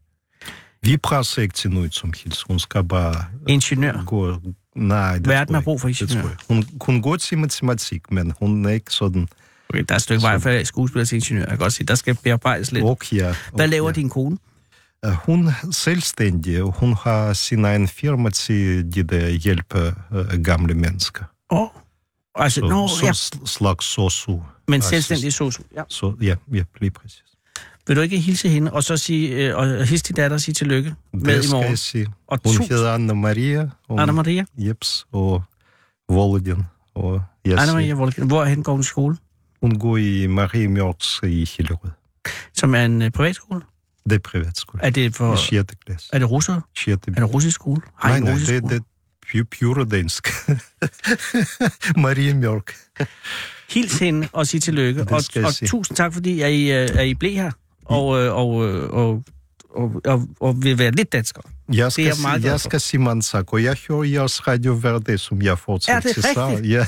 J: Vi presser ikke til noget som helst. Hun skal bare
E: Ingeniør.
J: gå... Nej, det
E: Verden
J: tror jeg
E: har
J: ikke.
E: brug for
J: Det tror
E: ingeniører.
J: jeg. Hun kunne gå til matematik, men hun er ikke sådan...
E: Okay, der er et stykke vej fra skuespiller til ingeniør. Jeg kan godt se, der skal bearbejdes lidt.
J: Og ja, og
E: Hvad laver
J: ja.
E: din kone?
J: Øh, Hun er selvstændig, og hun har sin egen firma til de der hjælper øh, gamle mennesker.
E: Åh. Altså,
J: Så,
E: nå,
J: så
E: ja,
J: sl- slags sosu.
E: men
J: altså,
E: selvstændig sosu. Ja.
J: Så, ja, ja, lige præcis.
E: Vil du ikke hilse hende, og så sige, øh, og hilse din datter og sige tillykke med
J: det
E: i
J: skal
E: morgen?
J: jeg sige.
E: Og
J: Hun
E: tusind-
J: hedder Anna Maria. Og,
E: Anna Maria?
J: Jeps, og Volodin. Og jeg
E: Anna
J: siger,
E: Maria Volkin. Hvorhen går hun i skole?
J: Hun går i Marie Mjørks i Hillerød.
E: Som er en øh, privatskole?
J: Det er privatskole.
E: Er det for...
J: I 6. klasse.
E: Er det russere?
J: 6.
E: Er det russisk skole? Har I
J: Nej,
E: en
J: nej,
E: russisk
J: det,
E: skole?
J: det er pure dansk. Marie Mjørk.
E: Hils hende og sige tillykke.
J: Det
E: Og,
J: skal jeg
E: og
J: sige.
E: tusind tak, fordi at I, øh, at I blev her. Og, øh, og, øh, og, og, og, og vil være lidt danskere.
J: Jeg
E: Det er
J: skal,
E: jeg meget
J: sige,
E: glad
J: jeg
E: for.
J: skal sige mange tak, og jeg hører jeres radio hver dag, som jeg fortsætter
E: Er det
J: til sammen.
E: rigtigt?
J: Ja.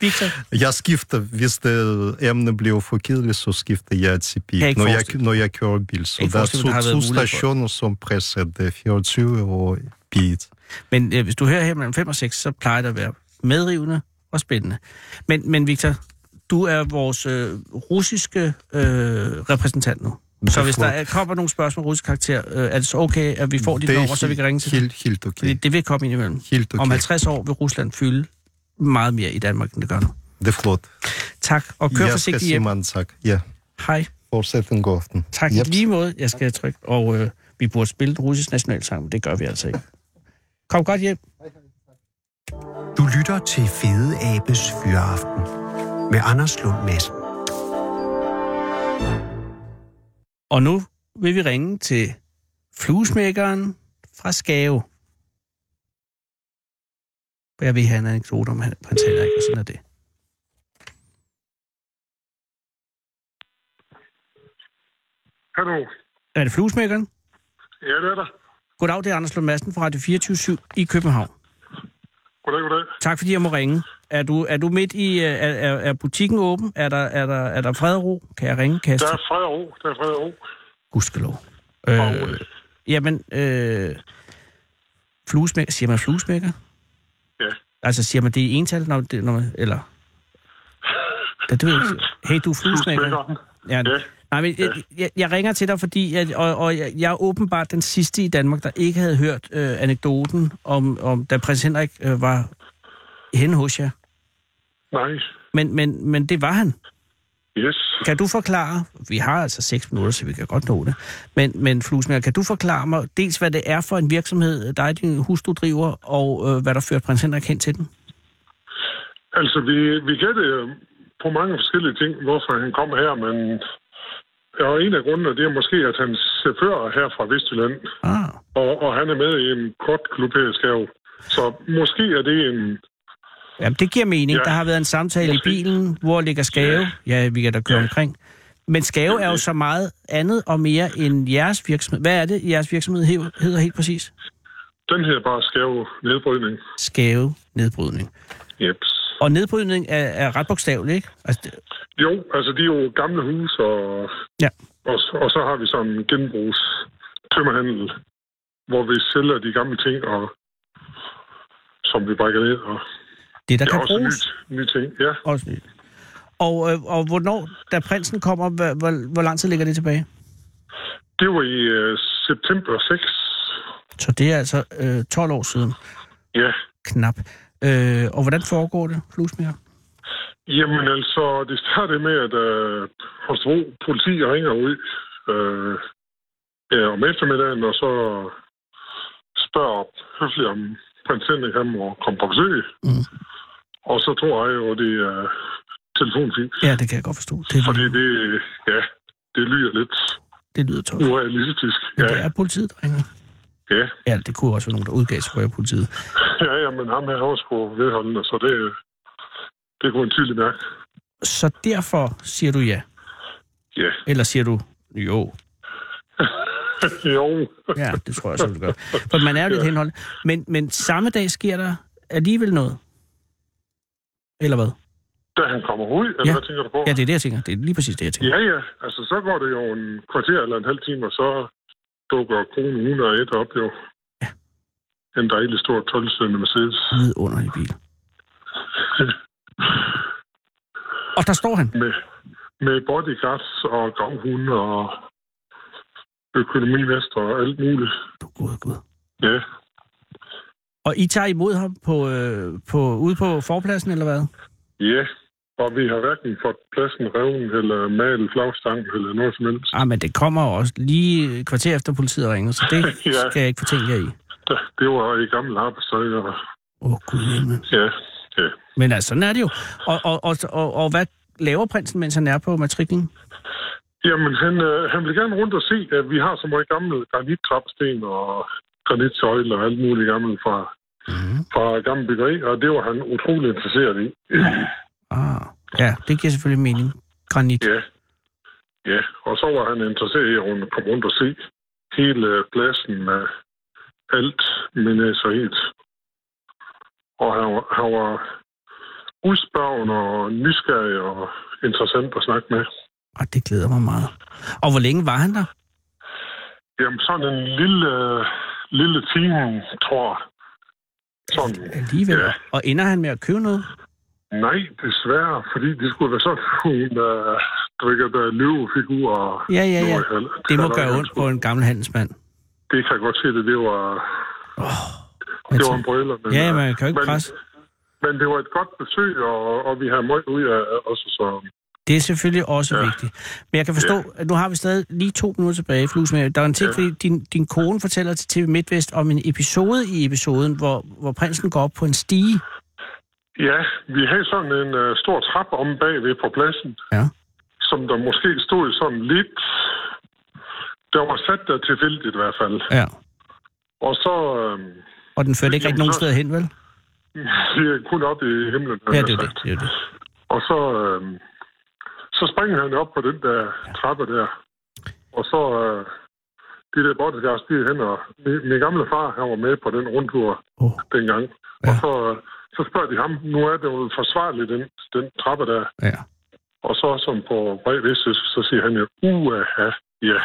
E: Victor,
J: Jeg skifter, hvis det emne bliver for kedeligt, så skifter jeg til bil,
E: Kan jeg ikke
J: når jeg,
E: forestille
J: når jeg kører bil. Så
E: Kan ikke
J: der er
E: forestille mig, der har
J: to,
E: været
J: to
E: mulighed for det.
J: stationer, som presser det 24 og bil.
E: Men øh, hvis du hører her mellem 5 og 6, så plejer det at være medrivende og spændende. Men, men Victor, du er vores øh, russiske øh, repræsentant nu. Så
J: er
E: hvis der
J: flot.
E: er, kommer nogle spørgsmål af russisk karakter, øh, er det så okay, at vi får dit
J: Det er
E: nummer, så vi kan ringe til dig?
J: helt, helt okay.
E: Fordi det vil komme ind imellem.
J: Helt okay.
E: Om 50 år vil Rusland fylde meget mere i Danmark, end det gør nu.
J: Det er flot.
E: Tak, og kør
J: jeg skal
E: forsigtigt
J: sige
E: hjem.
J: mange tak. Ja,
E: Hej.
J: fortsæt en god aften.
E: Tak
J: Yep.
E: yep. lige måde. Jeg skal trykke, og øh, vi burde spille den russiske nationalsang, men det gør vi altså ikke. Kom godt hjem.
C: Du lytter til Fede Abes Fyraften med Anders Lund Madsen.
E: Og nu vil vi ringe til fluesmækkeren fra Skave. For Jeg vil have en anekdote om, han, han taler ikke, og sådan er det.
I: Hallo.
E: Er det fluesmækkeren?
I: Ja, det er der.
E: Goddag, det er Anders Lund Madsen fra Radio 24 i København.
I: Goddag, goddag.
E: Tak fordi jeg må ringe. Er du, er du midt i... øh, Er, er, er butikken åben? Er der, er, der, er der fred og ro? Kan jeg ringe? Kan jeg
I: Der er fred og ro. Der er fred og ro.
E: Gudskelov.
I: Og
E: Øh,
I: roligt.
E: jamen, øh, fluesmækker, siger man fluesmækker?
I: Ja.
E: Altså, siger man det i ental, når, det, når man, eller? Ja, det ved jeg ikke. Hey, du er fluesmækker.
I: Fluesmækkeren.
E: Ja.
I: Ja.
E: Nej, men jeg, jeg, jeg ringer til dig, fordi jeg, og, og jeg, jeg er åbenbart den sidste i Danmark, der ikke havde hørt øh, anekdoten om, om, da prins Henrik øh, var henne hos jer.
I: Nej.
E: Men, men, men det var han.
I: Yes.
E: Kan du forklare, vi har altså 6 minutter, så vi kan godt nå det, men, men Flusmer, kan du forklare mig dels, hvad det er for en virksomhed, dig og din hustru driver, og øh, hvad der førte prins Henrik hen til den?
I: Altså, vi, vi
G: øh,
I: gættede på mange forskellige ting, hvorfor han kom her, men ja, og en af grundene, det er måske, at hans chauffør er her fra Vestjylland,
E: Ah,
I: og, og han er med i en kort klub her i Skav. Så måske er det en...
E: jamen, det giver mening.
I: Ja.
E: Der har været en samtale i bilen, hvor ligger Skave? Ja, vi kan da køre omkring. Men Skave er jo så meget andet og mere end jeres virksomhed. Hvad er det, jeres virksomhed he- hedder helt præcis?
I: Den hedder bare Skav Nedbrydning.
E: Skave Nedbrydning.
I: Jeps.
E: Og nedbrydning er, er ret bogstaveligt, ikke? Altså, det-
G: Jo, altså de er jo gamle huse, og,
E: Ja.
G: og, og så har vi sådan en genbrugs tømmerhandel, hvor vi sælger de gamle ting, og som vi brækker ned, og
E: det, der
G: ja,
E: kan
G: også
E: bruges.
G: nye, nye ting. Ja.
E: Også nyt. Og, øh, og hvornår, da prinsen kommer, hvor, hvor, hvor lang tid ligger det tilbage?
G: Det var i øh, september 6.
E: Så det er altså øh, 12 år siden.
G: Ja,
E: Knap. Øh, og hvordan foregår det, Flusmere?
G: Jamen altså, det startede med, at øh, Holstebro politi ringer ud øh, ja, om eftermiddagen, og så spørger høfligt, om prins Henrik han må komme på besøg.
E: Mm.
G: Og så tror jeg jo, det er telefonfint,
E: Ja, det kan jeg godt forstå. Det,
G: fordi
E: det,
G: det, ja, det lyder lidt
E: det lyder tosset.
G: urealistisk.
E: Men
G: Ja,
E: det er politiet, der ringer.
G: ja.
E: Ja, det kunne også være nogen, der udgav sig for at være politiet.
G: ja, ja men ham her er også på vedholdende, så det, det kunne en tydelig mærke.
E: Så derfor siger du ja.
G: Ja,
E: Eller siger du jo.
G: jo.
E: Ja, det tror jeg også, du gør. For man er jo lidt henholdt. Men, men samme dag sker der alligevel noget. Eller hvad?
G: Da han kommer ud, eller
E: Ja.
G: hvad tænker du på?
E: Ja, det er det, jeg tænker. Det er lige præcis det, jeg tænker.
G: Ja, ja. Altså, så går det jo en kvarter eller en halv time, og så dukker kronen 101 op jo. Ja. En dejlig stor 12-sødende Mercedes.
E: vidunderlig bil. Og der står han.
G: Med, med bodyguards og gravhunde og økonomivest og alt muligt.
E: Du gode gud.
G: Ja.
E: Og I tager imod ham på, øh, på, ude på forpladsen, eller hvad?
G: Ja. Og vi har hverken fået pladsen revnen eller malet flagstangen eller noget som helst.
E: Ah, men det kommer også lige et kvarter efter politiet ringer, så det
G: Ja.
E: skal jeg ikke fortænke jer i.
G: Da- Det var i gammel arbejdstøj, og
E: Åh, oh, gud himmel.
G: ja, ja.
E: Men altså, sådan er det jo. Og, og, og, og, og hvad laver prinsen, mens han er på matriklen?
G: Jamen, han, øh, han vil gerne rundt og se, at vi har så meget gammel granittrapsten og granitsøjler og alt muligt gammelt fra, mm. fra gammel byggeri, og det var han utrolig interesseret i.
E: Ah, ja, det giver selvfølgelig mening. Granit.
G: ja. ja, og så var han interesseret i at rundt- komme rundt og se hele pladsen med alt menageriet. Og han, var- han var udspørgende og nysgerrig og interessant at snakke med.
E: Ah, det glæder mig meget. Og hvor længe var han der?
G: Jamen, sådan en lille, lille time, tror jeg. Sådan.
E: Alligevel.
G: Ja.
E: Og ender han med at købe noget?
G: Nej, desværre, fordi det skulle være sådan nogle, der drikker der løvefigurer.
E: Ja, ja, ja.
G: Nordhal-
E: Det må
G: Halløj,
E: gøre
G: han
E: ondt
G: skulle-
E: på en gammel handelsmand.
G: Det kan jeg godt se, det, det var,
E: Men
G: det
E: så-
G: var en brøler. Men, øh,
E: Ja, man kan jo ikke
G: men-
E: presse.
G: Men det var et godt besøg, og, og vi har meget ud af også så...
E: Det er selvfølgelig også ja.
G: Ja.
E: vigtigt. Men jeg kan forstå, ja. at nu har vi stadig lige to minutter tilbage, Flusmær. Der er en ting, ja. fordi din, din kone fortæller til TV MidtVest om en episode i episoden, hvor, hvor prinsen går op på en stige.
G: Ja, vi havde sådan en uh, stor trappe om bagved på pladsen,
E: Ja.
G: som der måske stod sådan lidt... Der var sat der tilfældigt i hvert fald.
E: ja.
G: Og så... Øh,
E: Og den førte ikke rigtig nogen
G: Jamen, så-
E: steder hen, vel?
G: Det er kun op i himlen.
E: Ja, det er det. det, er det.
G: Og så, øh, så springer han op på den der trappe der. Og så øh, det der bodyguards, de er hen, og min, min gamle far, han var med på den rundtur
E: Oh.
G: dengang.
E: Ja.
G: Og så, øh, så spørger de ham, nu er det jo forsvarligt, den, den trappe der.
E: Ja.
G: Og så som på bred vestjysk, så siger han jo, uaha, ja.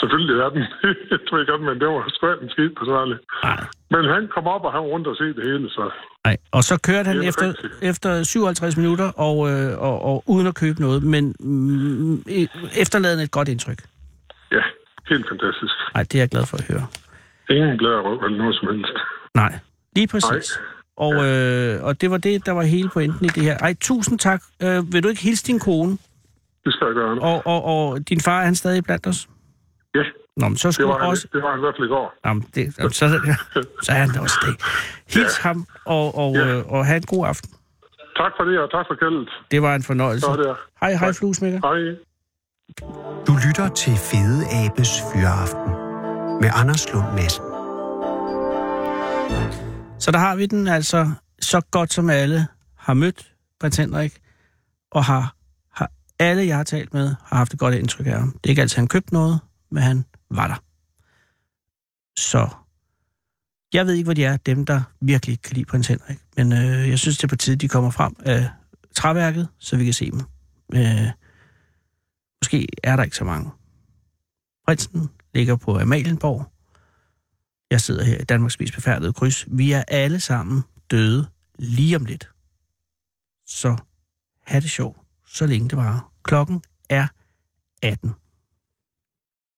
G: Selvfølgelig er den. Jeg tror ikke, men det var sgu ikke en skid forsvarligt.
E: Nej.
G: Men han kom op, og han var rundt og se det hele, så
E: Nej. Og så kørte han
G: Det er
E: efter,
G: rigtigt.
E: efter 57 minutter, og, øh, og, og uden at købe noget, men mm, e- efterladende et godt indtryk.
G: ja, helt fantastisk.
E: Nej, det er jeg glad for at høre.
G: Ingen blærerøv eller noget som helst.
E: Nej, lige præcis. Og, øh, og det var det, der var hele pointen i det her. Ej, tusind tak. Øh, vil du ikke hilse din kone?
G: Det skal jeg gøre.
E: Og, og, og din far, er han stadig blandt os?
G: Ja,
E: Nå, men så
G: det
E: skulle
G: var,
E: du
G: han,
E: også...
G: det var han i hvert fald i går.
E: Nå, men det, så, så er han da også det. Hils ja. ham, og, og,
G: Ja.
E: øh, og have en god aften.
G: Tak for det, og tak for kældet.
E: Det var en fornøjelse.
G: Så er det.
E: Hej, hej,
G: Tak.
E: fluesmækker.
G: Hej.
K: Du lytter til Fede Abes Fyraften med Anders Lund Madsen.
E: Så der har vi den altså, så godt som alle har mødt prins Henrik, og har, har alle, jeg har talt med, har haft et godt indtryk af ham. Det er ikke altid, han købte noget, men han var der. Så Jeg ved ikke, hvor de er, dem der virkelig ikke kan lide prins Henrik. Men øh, jeg synes, det er på tide, de kommer frem af træværket, så vi kan se dem. Øh, måske er der ikke så mange. Prinsen ligger på Amalienborg. Jeg sidder her i Danmarks mest befærdede kryds. Vi er alle sammen døde lige om lidt. Så have det sjovt, så længe det varer. Klokken er 18.